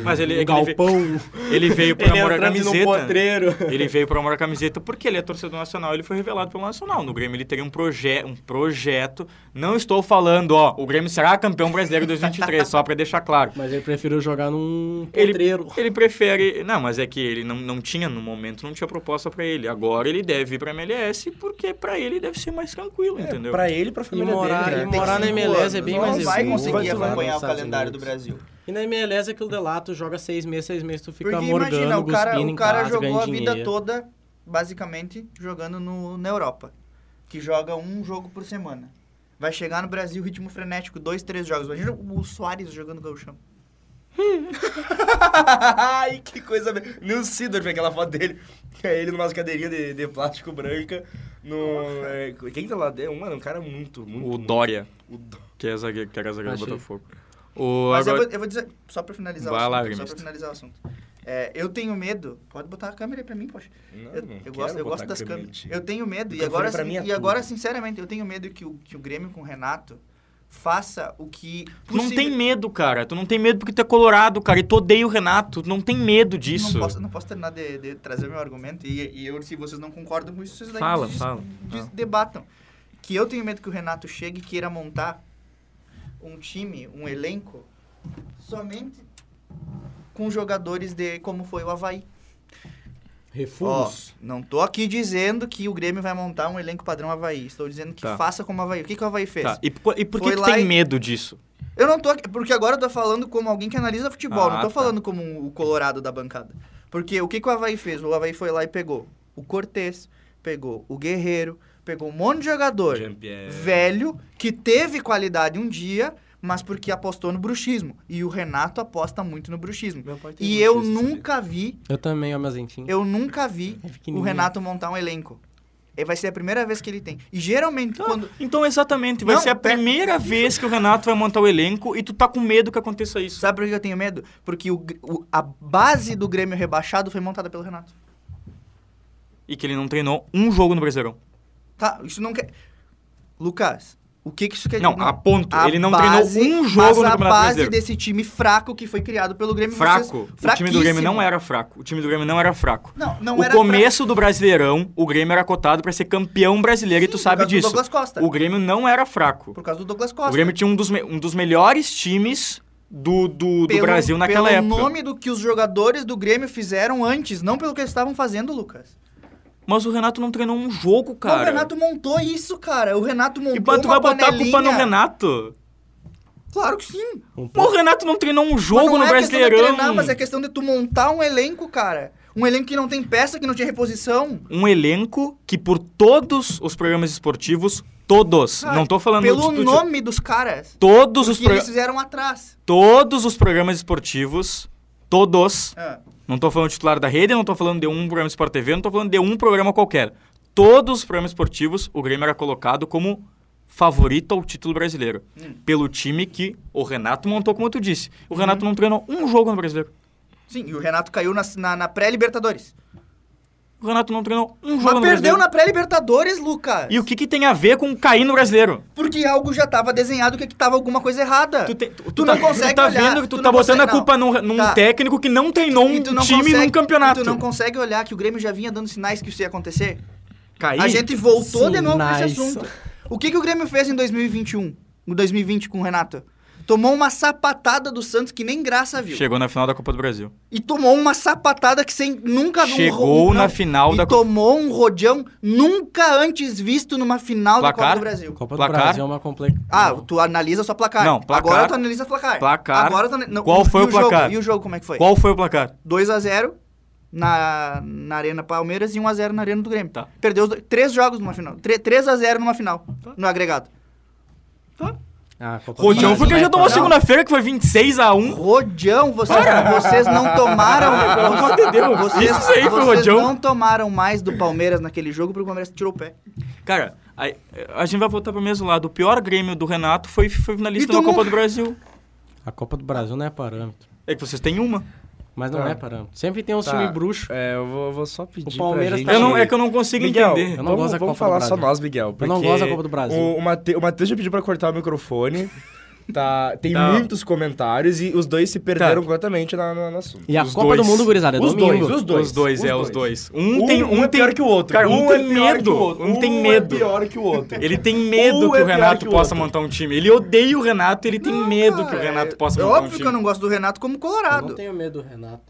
S4: Mas ele,
S2: um
S4: é que ele veio- [LAUGHS]
S2: galpão, [LAUGHS]
S4: ele veio por amor à
S2: entrando no
S4: camiseta.
S2: potreiro.
S4: Ele veio por amor à camiseta porque ele é torcedor nacional, ele foi revelado pelo Nacional. No Grêmio ele teria um, proje um projeto. Não estou falando, ó, o Grêmio será campeão brasileiro em 2023, só pra deixar claro.
S2: Mas ele preferiu jogar num
S4: Ele-
S2: potreiro.
S4: Ele prefere. Não, mas é que ele não, não tinha, no momento, não tinha proposta pra ele. Agora ele deve ir pra MLS porque pra ele deve ser mais tranquilo,
S1: É,
S4: entendeu?
S5: Pra ele e pra
S2: E
S5: família
S2: morar,
S5: dele.
S2: Ah, e
S5: né?
S1: Tem
S2: morar na
S1: cinco
S2: MLS é
S1: anos,
S2: bem
S1: não
S2: mais né?
S1: vai
S2: seguro.
S1: conseguir
S2: Vai lá
S3: [LAUGHS]
S1: acompanhar
S2: nos
S1: o calendário do
S2: Estados Unidos.
S1: Brasil.
S2: E na MLS é aquilo de lá, tu joga seis meses, seis meses, tu fica
S1: Porque
S2: morgando,
S1: imagina, o cara,
S2: cuspindo
S1: o
S2: em
S1: cara
S2: casa,
S1: jogou
S2: ganha
S1: a vida
S2: dinheiro.
S1: toda, basicamente, jogando no, na Europa. Que joga um jogo por semana. Vai chegar no Brasil, ritmo frenético, dois, três jogos. Imagina o Soares jogando gauchão. Ai, que coisa... be- No Sidorf, aquela foto
S3: [LAUGHS]
S1: dele.
S5: É ele numa cadeirinha de, de plástico branca. No, é, quem tá lá? É um, mano, um cara muito, muito.
S4: O Dória,
S5: o Dó-
S4: que é zagueiro, que era zagueiro do
S2: Achei.
S4: Botafogo. O,
S1: Mas é eu
S4: agora-
S1: vou, eu vou dizer, só pra finalizar
S4: Vai
S1: o
S4: lá,
S1: assunto. só pra
S4: gremista.
S1: finalizar o assunto. É, eu tenho medo... Pode botar a câmera aí pra mim, poxa.
S5: Não,
S1: Eu,
S5: não
S1: eu
S5: quero
S1: gosto, eu
S5: botar
S1: gosto das
S5: câmera
S1: câmeras.
S5: de-
S1: Eu tenho medo, e
S5: Microfone
S1: agora,
S5: pra mim é
S1: e agora
S5: tudo.
S1: sinceramente, eu tenho medo que o, que o Grêmio com o Renato faça o que.
S4: Tu não
S1: possível-
S4: tem medo, cara. Tu não tem medo porque tu é colorado, cara. E tu odeia o Renato. Tu não tem medo disso.
S1: Não posso, não posso terminar de, de trazer meu argumento, e, e eu, se vocês não concordam com isso, vocês daí
S4: Fala,
S1: des-
S4: fala. Ah.
S1: des- debatam. Que eu tenho medo que o Renato chegue e queira montar um time, um elenco, somente com jogadores de como foi o Havaí. Ó,
S2: Refugos.
S1: não tô aqui dizendo que o Grêmio vai montar um elenco padrão Havaí. Estou dizendo que
S4: Tá.
S1: faça como o Havaí. O que, que o Havaí fez?
S4: Tá, E, por- e por que
S1: Foi
S4: tu
S1: lá
S4: tem
S1: e-
S4: medo disso?
S1: Eu não tô aqui, porque agora eu tô falando como alguém que analisa futebol,
S4: Ah,
S1: não tô
S4: tá.
S1: falando como o colorado da bancada. Porque o que, que o Havaí fez? O Havaí foi lá e pegou o Cortez, pegou o Guerreiro, pegou um monte de jogador
S3: Jean-Pierre.
S1: velho que teve qualidade um dia, mas porque apostou no bruxismo. E o Renato aposta muito no bruxismo.
S3: Meu pai tem
S1: E eu
S3: bruxismo,
S1: nunca vi,
S2: Eu também, ó, meus entinhos.
S1: eu nunca vi
S4: É
S1: o
S2: pequenininho.
S1: Renato montar um elenco. E Vai ser a primeira vez que ele tem. E geralmente, quando.
S4: Então, exatamente. Vai
S1: Não, é-
S4: ser a
S1: pera-
S4: primeira vez que o Renato vai montar o elenco e tu tá com medo que aconteça isso.
S1: Sabe por que eu tenho medo? Porque o gr- o- a base do Grêmio rebaixado foi montada pelo Renato.
S4: E que ele não treinou um jogo no Brasileirão.
S1: Tá, isso não quer. Lucas, o que que isso quer
S4: Não, a ponto. ele não treinou um
S1: mas
S4: jogo no
S1: a
S4: Campeonato
S1: base
S4: Brasileiro.
S1: desse time fraco que foi criado pelo Grêmio.
S4: Fraco.
S1: Vocês,
S4: O time do Grêmio não
S1: fraquíssimo.
S4: era fraco. O time do Grêmio não era fraco.
S1: Não, não
S4: o
S1: era.
S4: começo do Brasileirão, o Grêmio era cotado pra ser campeão brasileiro e tu
S1: Sim,
S4: sabe
S1: por causa do
S4: disso.
S1: Douglas Costa.
S4: O Grêmio não era fraco.
S1: Por causa do Douglas
S4: O
S1: Costa.
S4: Grêmio tinha um dos, me- um dos melhores times do, do, do
S1: Pelo-
S4: Brasil naquela
S1: pelo
S4: época.
S1: nome do que os jogadores do Grêmio fizeram antes, não pelo que eles estavam fazendo, Lucas.
S4: Mas o Renato não treinou um jogo, cara.
S1: Não, o Renato montou isso, cara. O Renato montou
S4: E mas tu
S1: uma
S4: vai botar a
S1: panelinha.
S4: culpa no Renato?
S1: Claro que sim.
S2: Um
S4: Pô,
S2: pouco.
S4: o Renato não treinou um jogo
S1: Mas não
S4: no
S1: é questão de
S4: Brasileirão.
S1: treinar, mas é questão de tu montar um elenco, cara. Um elenco que não tem peça, que não tinha reposição.
S4: Um elenco que por todos os programas esportivos, todos,
S1: Cara,
S4: não tô falando
S1: Pelo
S4: de- de-
S1: nome dos caras.
S4: todos os
S1: Que
S4: pro-
S1: eles fizeram atrás.
S4: todos os programas esportivos, todos,
S1: Ah,
S4: não tô falando titular da rede, não tô falando de um programa Sport TV, não tô falando de um programa qualquer. Todos os programas esportivos, o Grêmio era colocado como favorito ao título brasileiro,
S1: Hum.
S4: pelo time que o Renato montou, como tu disse. O
S1: Uhum.
S4: Renato não treinou um jogo no Brasileiro.
S1: Sim, e o Renato caiu na, na, na pré-Libertadores.
S4: O Renato não treinou um jogo
S1: Mas
S4: no
S1: perdeu
S4: Brasileiro.
S1: na pré-Libertadores, Lucas.
S4: E o que, que tem a ver com cair no brasileiro?
S1: Porque algo já tava desenhado que, que tava alguma coisa errada.
S4: Tu, te-
S1: É. Tu não
S4: tá,
S1: consegue
S4: tu tá
S1: olhar,
S4: vendo que tu,
S1: tu não
S4: tá botando
S1: consegue-
S4: a culpa num, num
S1: Tá.
S4: técnico que não treinou um
S1: E tu não
S4: time
S1: consegue-
S4: num campeonato.
S1: e Tu não consegue olhar que o Grêmio já vinha dando sinais que isso ia acontecer.
S4: Cair?
S1: A gente voltou de novo nesse
S2: Sinais.
S1: assunto. O que, que o Grêmio fez em 2021? Em 2020 com o Renato? Tomou uma sapatada do Santos que nem graça viu.
S4: Chegou na final da Copa do Brasil.
S1: E tomou uma sapatada que sem nunca viu.
S4: Chegou
S1: ro-
S4: na
S1: não.
S4: final
S1: e
S4: da Copa.
S1: tomou um rodeão nunca antes visto numa final da Copa
S4: Placar?
S1: do Brasil.
S2: Copa do
S4: Placar?
S2: Brasil é uma complexa.
S1: Ah, tu analisa só placar.
S4: Não, placar.
S1: Agora tu analisa placar.
S4: Placar.
S1: Agora tu ana- não,
S4: Qual
S1: e
S4: foi o
S1: jogo?
S4: placar?
S1: E o jogo como é que foi?
S4: Qual foi o placar?
S1: 2x0 na, na Arena Palmeiras e 1x0 na Arena do Grêmio.
S4: Tá.
S1: Perdeu os dois- três jogos numa final. 3x0 numa final, no agregado.
S2: Ah, Copa do
S4: Rodião
S2: Brasil
S4: foi quem
S2: não é
S4: já tomou
S2: pra-
S4: segunda-feira, que foi 26 a 1
S1: Rodião, vocês, vocês não
S4: [LAUGHS]
S1: tomaram.
S4: Pelo amor de Deus,
S1: vocês,
S4: isso aí foi
S1: vocês
S4: rodião.
S1: não tomaram mais do Palmeiras naquele jogo porque o Palmeiras tirou o pé.
S4: Cara, a, a gente vai voltar pro mesmo lado. O pior Grêmio do Renato foi, foi
S1: E
S4: finalista
S1: tu
S4: da
S1: não-
S4: Copa do Brasil.
S2: A Copa do Brasil não é parâmetro.
S4: É que vocês têm uma.
S2: Mas não
S3: Tá.
S2: é parâmetro. Sempre tem uns
S3: Tá.
S2: time bruxo.
S3: É, eu vou, eu vou só pedir
S2: Palmeiras tá
S3: pra gente...
S4: Eu não, é que eu não consigo
S3: Miguel,
S2: Eu
S4: entender.
S2: não
S3: vamos,
S2: gosto da
S3: vamos
S2: Copa do
S3: falar só
S2: Brasil.
S3: nós, Miguel. Porque
S2: não gosto da Copa do Brasil.
S3: O, o, Mate, o Matheus já pediu pra cortar o
S4: [LAUGHS]
S3: microfone. Tá, tem
S4: Tá.
S3: muitos comentários e os dois se perderam completamente na, na, no assunto.
S2: E a
S4: Os
S2: Copa do
S4: dois.
S2: Mundo, gurizada, é
S3: os
S2: domingo.
S3: dois, os dois.
S4: Os dois, é, os dois. Um, tem, um,
S3: é
S4: tem,
S3: pior que o outro.
S4: Cara, um,
S3: um
S4: tem
S3: é pior que
S4: medo.
S3: o outro.
S4: Um tem medo.
S3: é pior que o
S4: [LAUGHS]
S3: outro.
S4: Ele tem medo
S3: Um
S4: que
S3: é
S4: o
S3: pior
S4: Renato
S3: que o
S4: possa
S3: outro.
S4: montar um time. Ele odeia o Renato e ele tem medo que o
S1: Cara,
S4: Renato
S1: é-
S4: possa
S1: É
S4: montar um
S1: óbvio
S4: time.
S1: que eu não gosto do Renato como
S2: Eu
S1: colorado.
S2: não tenho medo do Renato.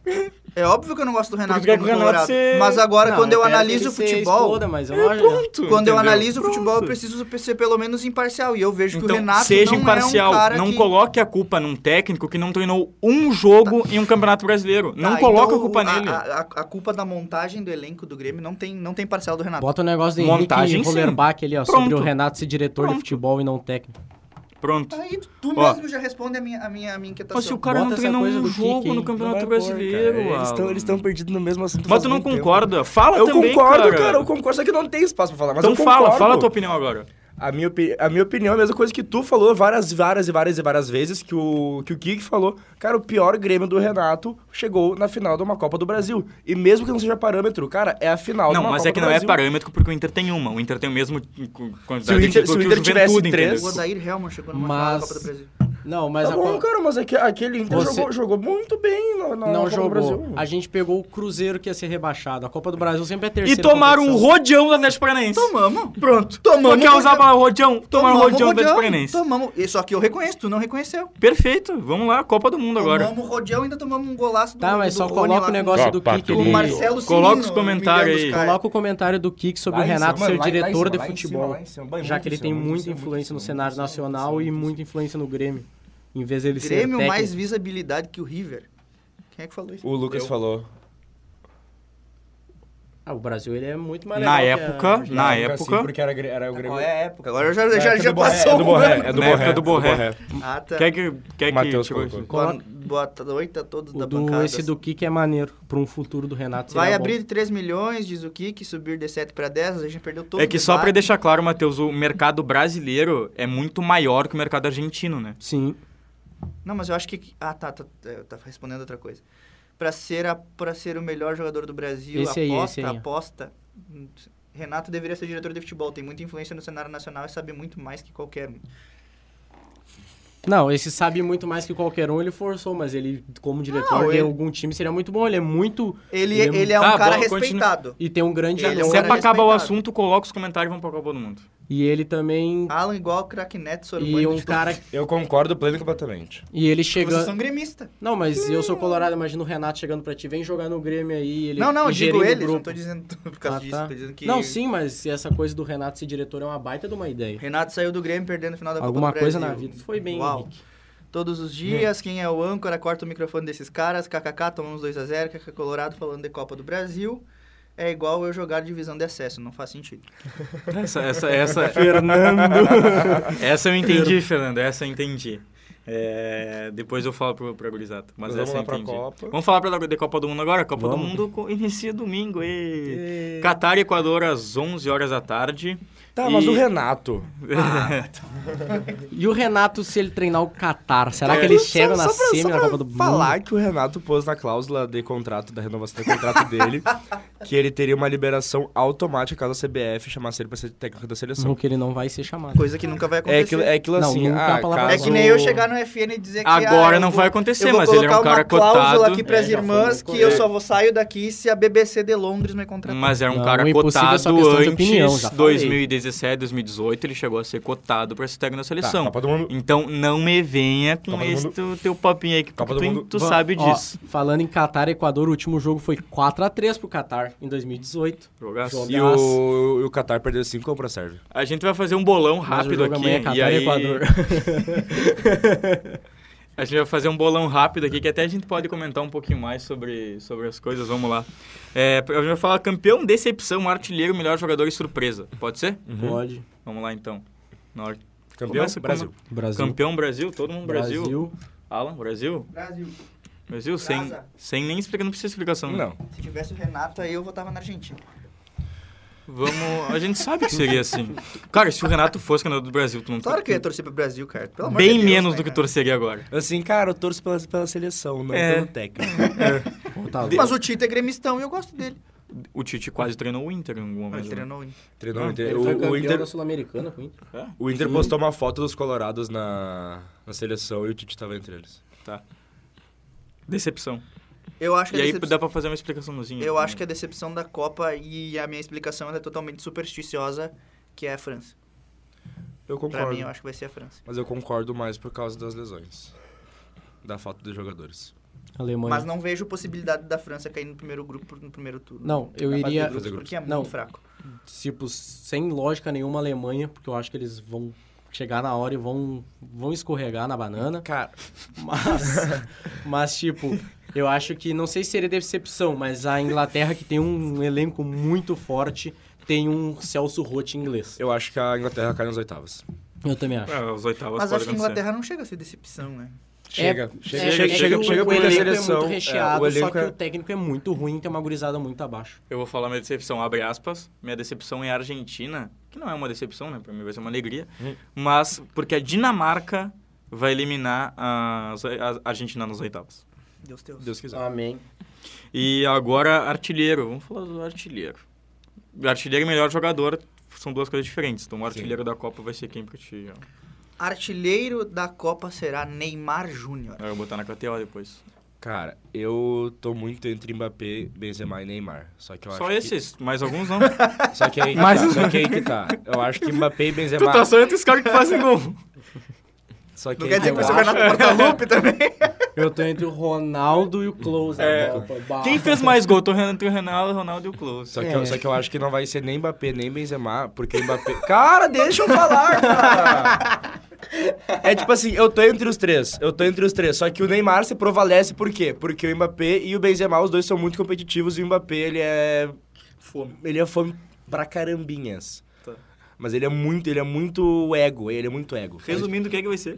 S1: É óbvio que eu não gosto do Renato
S4: tu quer
S1: como
S4: que o Renato
S1: colorado.
S4: se-
S1: Mas agora,
S2: Não,
S1: quando eu
S2: quero que
S1: analiso
S2: ele
S1: o
S2: se
S1: futebol...
S2: exploda, mas eu não acho-
S4: Pronto,
S1: Quando eu
S4: entendeu?
S1: analiso o futebol, eu
S4: Pronto.
S1: preciso ser pelo menos imparcial. E eu vejo que
S4: Então,
S1: o Renato
S4: seja
S1: não
S4: imparcial,
S1: é um cara
S4: não
S1: que...
S4: coloque a culpa num técnico que não treinou um jogo em um campeonato brasileiro.
S1: Tá,
S4: não coloque
S1: então
S4: a culpa
S1: a-
S4: nele.
S1: A, a- a culpa da montagem do elenco do Grêmio não tem, não tem parcial do Renato.
S2: Bota o negócio do
S4: Montagem,
S2: Henrique
S4: sim.
S2: Rollerbach ali, ó,
S4: Pronto.
S2: sobre o Renato ser diretor de
S4: Pronto.
S2: futebol e não técnico.
S4: Pronto.
S1: Aí tu
S4: Ó.
S1: mesmo já responde a minha, a minha, a minha inquietação.
S4: Pô, se o cara
S2: Bota
S4: não
S2: essa
S4: treinou
S2: coisa
S4: um
S2: do
S4: jogo
S2: Kiki, hein?
S4: no Campeonato
S3: Vai pôr,
S4: Brasileiro,
S3: cara. Eles
S4: Alan.
S3: tão- Eles estão perdidos no mesmo assunto.
S4: Mas
S3: faz
S4: tu não
S3: muito tempo.
S4: concorda? Fala
S3: Eu
S4: também,
S3: concordo, cara.
S4: cara.
S3: eu concordo, só que não tem espaço pra falar. Mas
S4: Então
S3: eu
S4: fala,
S3: concordo.
S4: fala a tua opinião agora.
S3: A minha, opi- a minha opinião é a mesma coisa que tu falou várias, várias e várias e várias vezes que o que o Kik falou. Cara, o pior Grêmio do Renato chegou na final de uma Copa do Brasil. E mesmo que não seja parâmetro, cara, é a final de
S4: Não,
S3: uma
S4: mas
S3: Copa
S4: é que
S3: do
S4: não é
S3: Brasil.
S4: parâmetro porque o Inter tem uma. O Inter tem o mesmo qu-
S3: Se o
S4: quantidade de
S3: Inter-
S4: título
S3: se o
S4: que o
S3: Inter tivesse
S4: Juventude,
S3: três-
S4: entendeu?
S1: O Odair Helman chegou numa final da
S2: Mas-
S1: Copa do Brasil.
S2: Não, mas
S3: tá
S2: a
S3: bom,
S2: Copa-
S3: cara, mas aque- aquele Inter
S2: Você-
S3: jogou, jogou muito bem na, na
S2: não
S3: Copa do Brasil.
S2: jogou. A gente pegou o Cruzeiro que ia ser rebaixado. A Copa do Brasil sempre é a
S4: E
S2: terceira.
S4: tomaram um
S2: competição.
S4: rodeão do Atlético Paranaense.
S1: Tomamos.
S4: Pronto. um
S1: Tomamos
S4: Não quer usar a
S1: rodeão.
S4: palavra rodeão? Tomaram
S3: um
S1: Tomamos
S4: rodeão um do
S1: rodeão.
S4: Atlético Paranaense.
S1: Tomamos. E Só que eu reconheço, tu não reconheceu.
S4: Perfeito. Vamos lá, Copa do Mundo agora.
S1: Tomamos o rodeão e ainda tomamos um golaço do
S2: Tá, mas
S1: do
S2: só
S1: Rony
S2: coloca
S1: lá.
S2: o negócio do
S6: Copa
S2: Kik.
S6: do
S1: O
S2: ali.
S6: Mundo.
S1: Marcelo
S4: Coloca
S1: Cirino,
S4: os comentários
S1: humilhando os
S4: aí.
S1: caras.
S2: Coloca o comentário do Kik sobre o Renato ser diretor de futebol. já que ele tem muita influência no cenário nacional e muita influência no Grêmio. Em vez dele ser
S1: Grêmio é
S2: técnico.
S1: mais visibilidade que o River. Quem é que falou isso?
S3: O Lucas falou.
S2: Ah, o Brasil ele é muito mais
S4: Na
S2: legal que a
S4: época,
S2: Argentina.
S4: na
S3: Sim,
S4: época...
S3: assim, porque era, gre- era o Grêmio.
S1: Qual é a época? Agora já, já, já passou.
S3: É do
S1: um
S3: Borré,
S1: ano.
S3: é do
S4: Na
S3: Borré.
S4: época do Borré.
S1: Ah, tá.
S4: Quer que...
S2: É
S4: Quer que...
S3: Matheus
S2: tipo,
S4: tirou
S3: colocou.
S4: isso?
S1: Boa,
S2: Coloca-
S1: boa noite a todos
S2: O
S1: da
S2: do,
S1: bancada. assim.
S2: esse do Kik é maneiro. Pra um futuro do Renato. seria
S1: Vai
S2: bom.
S1: abrir de 3 milhões, diz o Kiki, subir de 7 para 10, a gente perdeu todo
S4: É
S1: o
S4: que só pra
S1: debate.
S4: deixar claro, Matheus, o mercado brasileiro é muito maior que o mercado argentino, né?
S2: Sim.
S1: Não, mas eu acho que... Ah, tá, tá, tá, eu tava respondendo outra coisa. Pra ser, a, pra ser o melhor jogador do Brasil,
S2: Esse aí,
S1: aposta,
S2: esse aí.
S1: aposta... Renato deveria ser diretor de futebol, tem muita influência no cenário nacional e sabe muito mais que qualquer um.
S2: Não, esse sabe muito mais que qualquer um, ele forçou, mas ele, como diretor
S1: Não,
S2: de
S1: ele-
S2: algum time, seria muito bom. Ele é muito.
S1: Ele,
S2: Ele é
S1: ele é um
S4: Tá,
S1: cara
S4: boa, continua.
S1: respeitado.
S2: E tem um grande.
S1: Ele é um
S4: Se é
S1: cara
S4: pra acabar o
S1: respeitado.
S4: assunto, coloca os comentários e vamos pra Copa do Mundo.
S2: E ele também.
S1: Alan igual o craque Neto, Sorobani.
S2: e um cara.
S3: Eu concordo pleno e completamente.
S2: E ele
S1: Vocês
S2: chegando.
S1: são gremista.
S2: Não, mas eu sou colorado, imagina o Renato chegando pra ti, vem jogar no Grêmio aí. Ele
S1: não, não, eu
S2: gerindo
S1: digo
S2: o
S1: eles,
S2: grupo.
S1: não tô dizendo por causa
S2: Ah,
S1: disso,
S2: tá.
S1: tô dizendo que...
S2: Não, sim, mas essa coisa do Renato ser diretor é uma baita de uma
S1: [LAUGHS]
S2: ideia.
S1: Renato saiu do Grêmio perdendo o final da
S2: Alguma
S1: Copa do Brasil.
S2: coisa na vida. Foi bem,
S1: Uau.
S2: Henrique.
S1: Todos
S4: Hum.
S1: os dias, quem é o âncora, corta o microfone desses caras. KKK, tomamos 2x0. KK Colorado falando de Copa do Brasil. É igual eu jogar divisão de acesso, não faz sentido.
S4: Essa, essa, essa...
S2: [LAUGHS]
S4: Fernando! Essa eu entendi, Fernando, essa eu entendi. É, Depois eu falo pro, pra gurizada, mas
S3: Mas
S4: essa
S3: vamos
S4: eu
S3: lá pra
S4: entendi.
S3: Copa.
S4: Vamos falar pra, de Copa do Mundo agora? Copa do
S2: Vamos.
S4: Mundo co- inicia domingo, e... Catar e Equador às 11 horas da tarde.
S3: Tá, mas
S4: E-
S3: o Renato.
S2: E o Renato, se ele treinar o Qatar, será
S1: É.
S2: que ele
S3: Só-
S2: chega na
S3: só pra-
S2: semi
S3: só
S2: na
S3: pra
S2: Copa do Mundo?
S3: falar que o Renato pôs na cláusula de contrato, da renovação do
S2: [LAUGHS]
S3: contrato dele, que ele teria uma liberação automática caso a CBF chamasse ele pra ser técnico da seleção.
S2: Não, que ele não vai ser chamado.
S1: Coisa que nunca vai
S3: É
S1: acontecer.
S3: aquilo, é aquilo
S2: Não,
S3: assim,
S2: nunca
S3: ah,
S2: a palavra
S3: caso-
S1: É que nem eu chegar no FN e dizer que...
S4: Agora
S1: ah, eu
S4: não
S1: vou-
S4: vai acontecer,
S1: eu vou
S4: mas ele é um
S1: colocar
S4: cara
S1: uma cláusula
S4: cotado.
S1: aqui pras
S2: É, já foi
S1: irmãs que eu só vou saio daqui se a BBC de Londres me contratar.
S4: Mas era um
S2: Não,
S4: cara
S2: impossível é só
S4: cotado
S2: questão de
S4: antes
S2: opinião, já falei.
S4: 2017, 2018, ele chegou a ser cotado pra ser técnico da
S3: Tá,
S4: seleção.
S3: Copa do Mundo.
S4: Então não me venha com
S3: Copa do
S4: esse
S3: Mundo.
S4: teu, teu papinho aí, que
S3: Copa
S4: tu,
S3: do Mundo.
S4: tu
S2: Vamos-
S4: sabe
S2: ó,
S4: disso.
S2: falando em Qatar e Equador, o último jogo foi 4x3 pro Qatar em 2018.
S4: Jogaço.
S2: Jogaço.
S3: E o, e o Qatar perdeu 5 pra Sérvia.
S4: A gente vai fazer um bolão
S2: Mas o
S4: rápido
S2: jogo
S4: aqui.
S2: amanhã é
S4: e
S2: Qatar e
S4: aí...
S2: Equador.
S4: [LAUGHS] A gente vai fazer um bolão rápido aqui, que até a gente pode comentar um pouquinho mais sobre, sobre as coisas. Vamos lá. É, a gente vai falar campeão, decepção, artilheiro, melhor jogador e surpresa. Pode ser?
S2: Pode.
S4: Vamos lá então. Na hora-
S3: Campeão
S4: Começa com-
S3: Brasil.
S2: Brasil.
S4: Campeão Brasil, todo mundo Brasil.
S2: Brasil.
S4: Alan, Brasil?
S1: Brasil,
S4: Brasil, sem,
S1: Brasa.
S4: sem nem explicar, não precisa explicação. né?
S3: Não.
S1: se tivesse o Renato aí eu votava na Argentina.
S4: Hum. Vamos. A gente sabe que seria
S2: [LAUGHS]
S4: assim. Cara, se o Renato fosse candidato do Brasil, tu não tá
S1: Claro que eu ia torcer pro Brasil, cara. Pelo amor de
S4: Bem
S1: Deus,
S4: menos
S1: né,
S4: do que
S1: cara?
S4: torceria agora.
S3: Assim, cara, eu torço pela, pela seleção, não
S4: É.
S3: pelo técnico.
S2: Otávio.
S1: Mas o Tite é gremistão e eu gosto dele.
S4: O Tite quase treinou o Inter em algum momento.
S1: Ele
S4: né?
S1: treinou em-
S3: Treinou o
S4: Não,
S3: Inter.
S2: Ele foi
S3: O,
S2: campeão
S3: o Inter,
S2: da Sul-Americana com o Inter.
S3: o Inter postou uma foto dos colorados na, na seleção e o Tite tava entre eles.
S4: Decepção.
S1: Eu acho que
S4: E
S1: a
S4: aí
S1: decepção-
S4: dá um- pra fazer uma explicaçãozinha.
S1: Eu
S4: também.
S1: acho que é a decepção da Copa e a minha explicação ela é totalmente supersticiosa, que é a França.
S3: Eu
S1: Pra
S3: concordo.
S1: mim, eu acho que vai ser a França.
S3: Mas eu concordo mais por causa das lesões. Da falta dos jogadores.
S2: Alemanha.
S1: Mas não vejo possibilidade da França cair no primeiro grupo, no primeiro turno.
S2: Não, eu
S1: Na fase de
S2: iria-
S1: grupos,
S3: Fazer grupos.
S1: Porque é muito
S2: Não.
S1: fraco.
S2: tipo, sem lógica nenhuma a Alemanha, porque eu acho que eles vão chegar na hora e vão, vão escorregar na banana.
S3: Cara,
S2: Mas, [LAUGHS] mas, tipo, eu acho que, não sei se seria decepção, mas a Inglaterra, que tem um elenco muito forte, tem um Celso Roth inglês.
S3: eu acho que a Inglaterra cai nas oitavas.
S2: Eu também acho.
S4: É, os oitavas
S1: Mas
S4: pode
S1: acho que a
S4: acontecer.
S1: Inglaterra não chega a ser decepção, né?
S3: Chega,
S2: É-
S3: chega,
S2: é-
S3: chega,
S2: é
S3: chega,
S2: que o-
S3: chega
S2: o
S3: porque a
S2: elenco
S3: seleção.
S2: é muito recheado,
S3: o
S2: só
S3: elenco
S2: que
S3: é-
S2: o técnico é muito ruim, tem uma gurizada muito abaixo.
S4: Eu vou falar minha decepção, abre aspas. Minha decepção é a Argentina, que não é uma decepção, né? Pra mim vai ser uma alegria.
S3: Hum.
S4: Mas porque a Dinamarca vai eliminar a, a Argentina nas oitavas.
S1: Deus teus.
S3: Deus quiser.
S2: Amém.
S4: E agora, artilheiro. Vamos falar do artilheiro. Artilheiro e melhor jogador são duas coisas diferentes. Então, o artilheiro da Copa vai ser quem pra ti? ó.
S1: Artilheiro da Copa será Neymar Júnior.
S4: ah, Eu vou botar na KTO depois.
S3: Cara, eu tô muito entre Mbappé, Benzema e Neymar. Só que eu
S4: Só
S3: acho
S4: esses, mais alguns não.
S3: Que, só que aí que
S4: Mas-
S3: tá, só que aí que tá. Eu acho que Mbappé e Benzema...
S4: tu tá só entre os caras que fazem gol.
S3: Só que
S1: Não
S3: aí
S1: quer dizer
S3: que
S1: que
S3: tá.
S1: vai ser o Renato Portaluppi também?
S2: Eu tô entre o Ronaldo e o Close.
S4: É.
S2: agora, pô, bah.
S4: [LAUGHS] Quem fez mais gol? Tô entre o Ronaldo, Ronaldo e o Close.
S3: Só que, eu,
S2: É.
S3: só que eu acho que não vai ser nem Mbappé, nem Benzema, porque o Mbappé... [LAUGHS] Cara, deixa eu falar, cara! É tipo assim, eu tô entre os três, eu tô entre os três, só que o Neymar se prevalece por quê? Porque o Mbappé e o Benzema, os dois são muito competitivos e o Mbappé, ele é... Fome. Ele é fome pra carambinhas.
S4: Tá.
S3: Mas ele é muito, ele é muito ego, ele é muito ego.
S4: Resumindo, quem é que vai ser?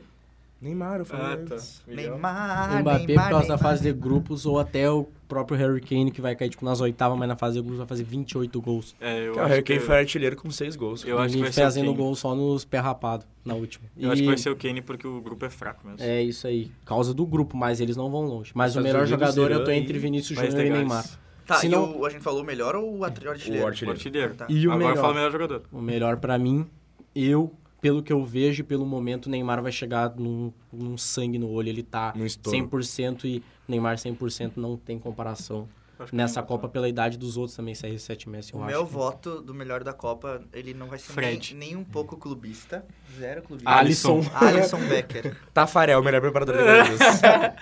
S3: Neymar, eu falei antes.
S4: tá.
S1: Neymar,
S2: Mbappé
S1: Neymar,
S2: por causa da
S1: Neymar.
S2: fase de grupos ou até o próprio Harry Kane que vai cair tipo nas oitavas, mas na fase de grupos vai fazer 28 gols.
S4: É, eu
S3: Cara, o
S4: acho
S3: Harry
S4: que...
S3: Kane foi artilheiro com seis gols.
S4: Eu acho que
S2: Ele
S4: vai ser o
S2: fazendo
S4: Kane.
S2: gol só nos pé rapado na última.
S4: Eu acho que vai ser o Kane porque o grupo é fraco mesmo.
S2: É isso aí, causa do grupo, mas eles não vão longe. Mas o
S3: Estados
S2: melhor
S3: Unidos,
S2: jogador eu
S3: Irã
S2: tô
S3: e-
S2: entre Vinícius
S4: Vai
S2: Júnior e
S4: ter
S2: Neymar.
S4: gás.
S1: Tá,
S2: Se
S1: e
S2: não-
S1: o- a gente falou o melhor ou o atri- artilheiro?
S3: O artilheiro.
S4: Artilheiro.
S1: Tá.
S2: E o
S4: Agora
S2: melhor?
S4: fala o melhor jogador.
S2: O melhor pra mim, eu, pelo que eu vejo e pelo momento, o Neymar vai chegar num, num sangue no olho. Ele tá
S3: Num estouro.
S2: 100% e Neymar 100% não tem comparação.
S4: Acho que
S2: Nessa
S4: não,
S2: Copa,
S4: tá.
S2: pela idade dos outros também, CR7 Messi, eu
S1: O
S2: acho.
S1: meu
S2: que-
S1: voto do melhor da Copa, ele não vai ser nem,
S4: Fred.
S1: nem um pouco clubista. Zero clubista.
S2: Alisson.
S1: é Alisson Becker.
S3: Tafarel, o melhor preparador da
S4: [LAUGHS]
S3: Gaúcha.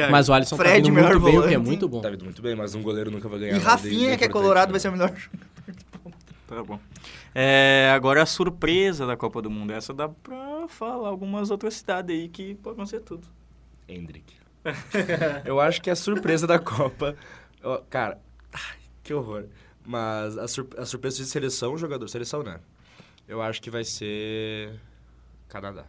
S4: É.
S2: Mas o Alisson tá
S1: Fred,
S2: vindo
S1: melhor
S2: muito bem, o que é
S1: volante.
S2: muito bom.
S3: Tá vindo muito bem, mas um goleiro nunca vai ganhar.
S1: e
S3: nada, ele
S1: Rafinha, que é
S3: importante,
S1: colorado,
S3: né?
S1: vai ser o melhor jogador.
S4: Tá bom. É, agora a surpresa da Copa do Mundo. Essa dá pra falar algumas outras cidades aí que podem ser tudo. [LAUGHS]
S3: Hendrick. eu acho que a surpresa da Copa... ó, Cara, ai, que horror. Mas a, sur- a surpresa de seleção, jogador... Seleção, né? Eu acho que vai ser... Canadá.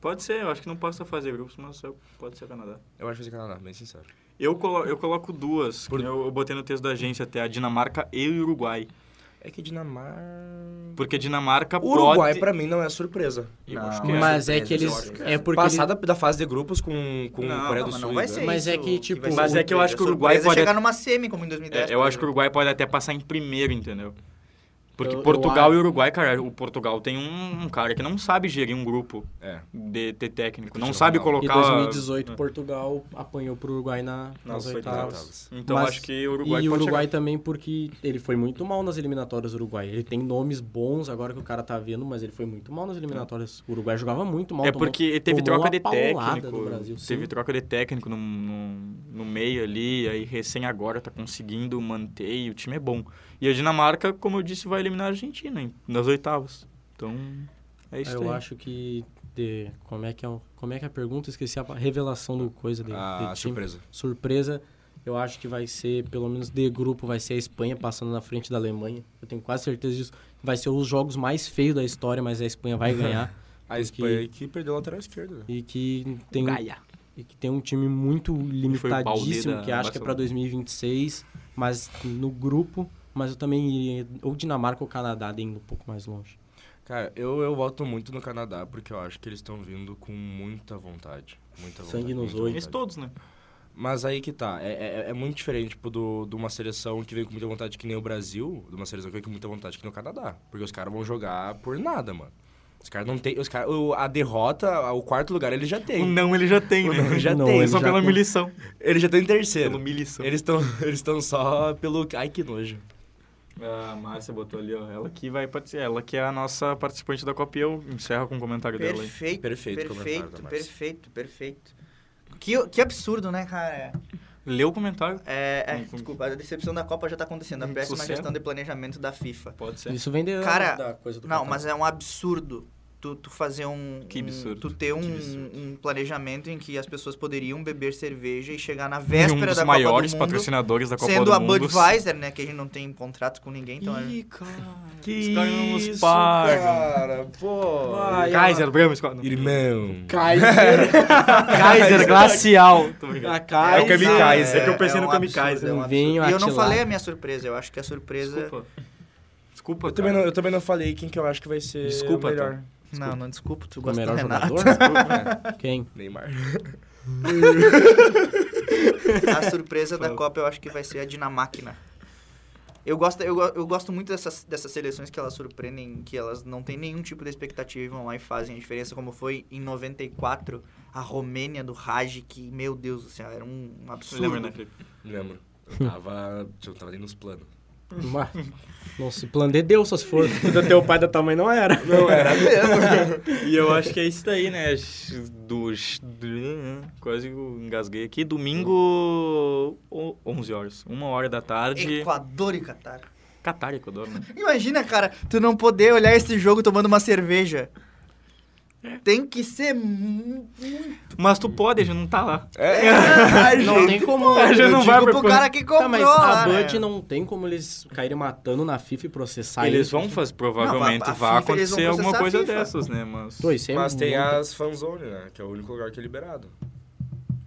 S4: Pode ser, eu acho que não posso fazer grupos, mas eu- pode ser Canadá.
S3: Eu acho que vai ser Canadá, bem sincero.
S4: Eu, colo- eu coloco duas. que Eu, eu botei no texto da agência até a Dinamarca e o Uruguai.
S3: É que Dinamarca...
S4: Porque Dinamarca
S3: O Uruguai,
S4: pode...
S3: pra mim, não é surpresa.
S4: Eu acho
S3: Não.
S4: que é.
S2: Mas é
S1: surpresa,
S2: que
S1: eu
S2: eles...
S1: acho que
S2: É porque
S3: Passada da fase de grupos com, com
S4: Não,
S3: Coreia
S1: Não,
S3: do
S1: mas
S3: Sul.
S1: não
S3: e
S1: vai
S3: Gana.
S1: ser
S2: Mas é
S1: isso
S2: que,
S1: vai
S2: tipo,
S1: ser
S2: mas é
S4: que eu acho que o
S1: surpresa
S4: Uruguai
S1: é
S4: pode-
S1: chegar numa semi, como em 2010.
S2: né?
S4: É, eu
S1: por
S4: acho que o
S1: exemplo.
S4: Uruguai pode até passar em primeiro, entendeu? Porque
S2: Eu- eu
S4: Portugal e
S2: acho-
S4: Uruguai, cara, o Portugal tem um, um cara que não sabe gerir um grupo
S3: É.
S4: de, de técnico,
S3: Cristiano
S4: não sabe
S2: em
S4: colocar.
S2: 2018,
S4: É.
S2: Portugal apanhou pro Uruguai na, nas
S4: Nas
S2: oitavas.
S4: Então
S2: Mas-
S4: acho que o Uruguai
S2: e o
S4: pode
S2: Uruguai também, porque ele foi muito mal nas eliminatórias do Uruguai. Ele tem nomes bons agora que o cara tá vendo, mas ele foi muito mal nas eliminatórias. O Uruguai jogava muito mal.
S4: É
S2: tomou-
S4: porque teve
S2: um tomou
S4: troca
S2: uma
S4: de
S2: paulada
S4: técnico.
S2: do Brasil,
S4: teve
S2: sim.
S4: troca de técnico no, no, no meio ali, aí recém agora tá conseguindo manter e o time é bom. E a Dinamarca, como eu disse, vai eliminar a Argentina em- nas oitavas. Então, é isso
S2: Eu
S4: aí.
S2: acho que... de- como, é que é, o- como é que é a pergunta? Esqueci a revelação do coisa dele.
S3: Ah, surpresa.
S2: Surpresa, eu acho que vai ser, pelo menos de grupo, vai ser a Espanha passando na frente da Alemanha. Eu tenho quase certeza disso. Vai ser os jogos mais feios da história, mas a Espanha
S4: [LAUGHS]
S2: vai ganhar.
S3: A Espanha que perdeu a lateral esquerda. né?
S2: e que tem e que tem um time muito
S4: foi o Balde
S2: limitadíssimo
S4: da
S2: que acho que é pra
S4: Barcelona.
S2: 2026, mas no grupo, mas eu também iria ou Dinamarca ou Canadá de indo um pouco mais longe.
S3: Cara, eu, eu voto muito no Canadá, porque eu acho que eles estão vindo com muita vontade. Muita vontade.
S2: Sangue nos
S3: muita
S2: olhos.
S4: Eles
S3: vontade.
S4: todos, né?
S3: Mas aí que tá. É, é, é muito diferente, tipo, do, de uma seleção que vem com muita vontade que nem o Brasil, de uma seleção que vem com muita vontade que nem o Canadá. Porque os caras vão jogar por nada, mano. Os caras não tem. Os cara, o- a derrota, o quarto lugar, ele já tem.
S4: O não ele já tem,
S3: O
S4: né?
S3: não ele já
S2: Não,
S3: tem.
S2: ele
S4: Só
S2: já
S4: pela
S2: tem.
S4: milição.
S3: Ele já tem em terceiro.
S4: Pelo milição.
S3: Eles estão eles tão só pelo. Ai, que nojo.
S4: A Ah, Márcia botou ali, ó. Ela que vai participar. Ela que é a nossa participante da Copa e eu encerro com o comentário dela aí.
S1: Perfeito,
S3: Perfeito
S1: perfeito,
S3: comentário da
S1: perfeito,
S3: Márcia.
S1: perfeito, Que, que absurdo, né, cara?
S4: Lê o comentário.
S1: É, é,
S4: Hum, hum.
S1: desculpa, a decepção da Copa já tá acontecendo. A
S4: Hum,
S1: péssima
S4: sossego.
S1: gestão de planejamento da FIFA.
S4: Pode ser.
S2: Isso vem de anos
S1: Cara,
S2: da coisa do
S1: Não,
S2: Qatar.
S1: mas é um absurdo tu, tu fazer um...
S4: Que
S1: um-
S4: absurdo.
S1: tu ter um,
S4: absurdo.
S1: um planejamento em que as pessoas poderiam beber cerveja e chegar na
S4: E um
S1: véspera
S4: dos
S1: da
S4: maiores
S1: Copa do Mundo,
S4: patrocinadores da Copa
S1: sendo
S4: do
S1: a
S4: Mundo.
S1: Budweiser, né, que a gente não tem contrato com ninguém, então... é-
S3: Que
S4: Os caras não nos
S3: isso,
S4: pagam.
S3: cara. Pô.
S2: Vai,
S4: Kaiser, Brahma,
S3: Irmão.
S1: [LAUGHS] É
S2: Kaiser.
S4: Kaiser Glacial. Tô
S2: a
S4: brincando.
S2: Kaiser.
S4: É o Kamikaze. É, que eu pensei
S1: é
S4: no
S1: um
S4: Kamikaze.
S1: absurdo, é um
S2: Um
S1: absurdo.
S2: vinho
S1: E eu não
S2: atilar.
S1: falei a minha surpresa, eu acho que a surpresa...
S4: Desculpa. Desculpa,
S3: Eu também,
S4: cara.
S3: não, eu também não falei quem que eu acho que vai ser
S4: Desculpa, tá.
S3: o melhor.
S1: Não, não desculpa, tu
S2: é O
S1: gosta do
S2: melhor
S1: Renato.
S2: jogador? [LAUGHS] Quem?
S3: [LAUGHS] Neymar.
S1: A surpresa da Copa eu acho que vai ser a Dinamáquina. Eu gosto, eu, go- eu gosto muito dessas, dessas seleções que elas surpreendem, que elas não têm nenhum tipo de expectativa e vão lá e fazem a diferença, como foi em 94, a Romênia do Raj, que, meu Deus do céu, era um, um
S4: Lembra, né,
S1: absurdo.
S4: Felipe?
S3: Lembro. Eu tava. tipo, Eu tava nem nos planos.
S2: Mas- Nossa, plano de Deus, só se for. [LAUGHS] Do teu pai da tua mãe não era.
S3: Não era mesmo.
S4: [LAUGHS] E eu acho que é isso daí, né? Dos. do- Quase que eu engasguei aqui. Domingo, o- 11 horas. Uma hora da tarde.
S1: Equador e Catar.
S4: Catar, Equador, né?
S1: Imagina, cara, tu não poder olhar esse jogo tomando uma cerveja. Tem que ser mu- [LAUGHS]
S4: Mas tu pode, a gente não tá lá.
S3: é,
S2: Não tem como.
S4: A gente
S1: Eu
S4: não
S1: digo
S4: vai
S1: pro
S4: propor-
S1: cara que comprou
S2: Tá, mas
S1: lá,
S2: a
S1: né?
S2: Bud não tem como eles caírem matando na FIFA e processar
S4: Eles vão fazer, provavelmente,
S1: a- a
S4: vai
S1: FIFA, eles vão
S4: acontecer alguma
S1: processar a
S4: coisa
S1: FIFA.
S4: dessas, né? Mas.
S2: Pô, isso é
S3: Mas tem
S2: muito-
S3: as fanzone, né? Que é o único lugar que é liberado.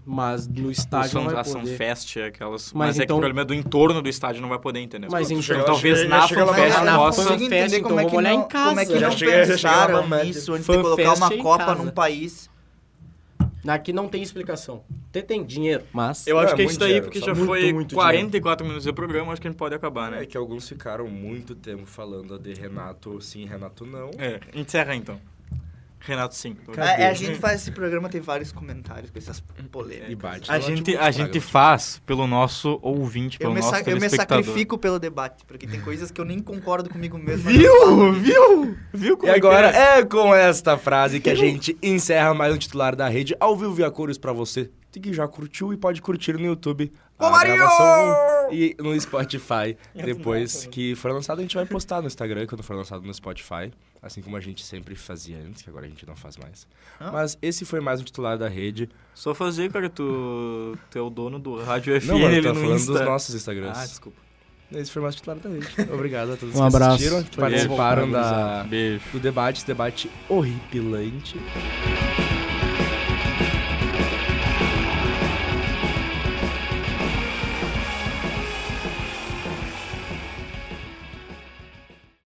S2: Mas no
S4: Os
S2: estádio
S4: fãs
S2: não vai
S4: ação
S2: poder.
S4: fest, aquelas. Mas,
S2: Mas
S4: é
S2: então-
S4: que o problema é do entorno do estádio, não vai poder, entendeu?
S2: Mas
S4: Então,
S2: então-
S4: talvez
S3: Chega-
S4: na
S3: chega lá
S4: fanfest
S3: na
S1: Mas eu não
S4: nossa.
S1: consigo
S2: Fan
S1: entender
S2: Fest,
S1: como
S2: então
S1: é que
S2: vamos olhar
S1: não,
S2: em casa.
S1: Como é que
S3: Já
S1: não
S3: chega- já chega lá
S1: pensaram
S3: mamãe.
S1: nisso antes de
S2: Fan
S1: colocar
S2: Fest
S1: uma
S2: em
S1: Copa
S2: casa.
S1: num país?
S2: Aqui não tem explicação. Até tem dinheiro, mas.
S4: Eu acho
S3: É,
S4: que é
S3: muito
S4: isso daí,
S3: dinheiro,
S4: porque
S3: só
S4: já
S2: muito,
S4: foi
S2: muito
S4: 44 minutos do programa, acho que a gente pode acabar,
S3: É
S4: né?
S3: que alguns ficaram muito tempo falando de Renato sim, Renato não.
S4: É, encerra então. Renato, sim.
S1: É, é, a gente faz esse programa, tem vários comentários com essas polêmicas. Ah,
S3: E bate.
S4: A
S3: no
S4: gente,
S3: notebook,
S4: a gente
S3: fraga.
S4: faz pelo nosso ouvinte,
S1: Eu
S4: pelo
S1: me,
S4: nosso
S1: sa- eu me
S4: telespectador.
S1: sacrifico pelo debate, porque tem coisas que eu nem concordo comigo mesmo. mas eu falo.
S4: Viu? Viu? Viu
S3: E
S4: como é que
S3: agora
S4: é?
S3: é com esta frase
S4: [LAUGHS]
S3: que a gente encerra mais um titular da rede ao vivo via cores pra você. Tem que já curtiu e pode curtir no YouTube.
S1: Ô, Mario!
S3: gravação e no
S4: [LAUGHS]
S3: Spotify. Depois que for lançado, a gente vai postar no Instagram quando for lançado no Spotify. Assim como a gente sempre fazia antes, que agora a gente não faz mais.
S1: Ah.
S3: Mas esse foi mais um titular da rede.
S4: Só fazer, cara, tu, tu é o dono do Rádio FM,
S3: Não, mano, eu
S4: ele
S3: tava
S4: no
S3: falando
S4: Insta.
S3: dos nossos Instagrams.
S4: Ah, desculpa.
S3: Esse foi mais um titular da rede. [LAUGHS] Obrigado a todos
S2: Um abraço.
S3: que assistiram, que
S2: Foi bom.
S3: participaram da,
S4: Ah, Beijo.
S3: do debate, esse debate horripilante.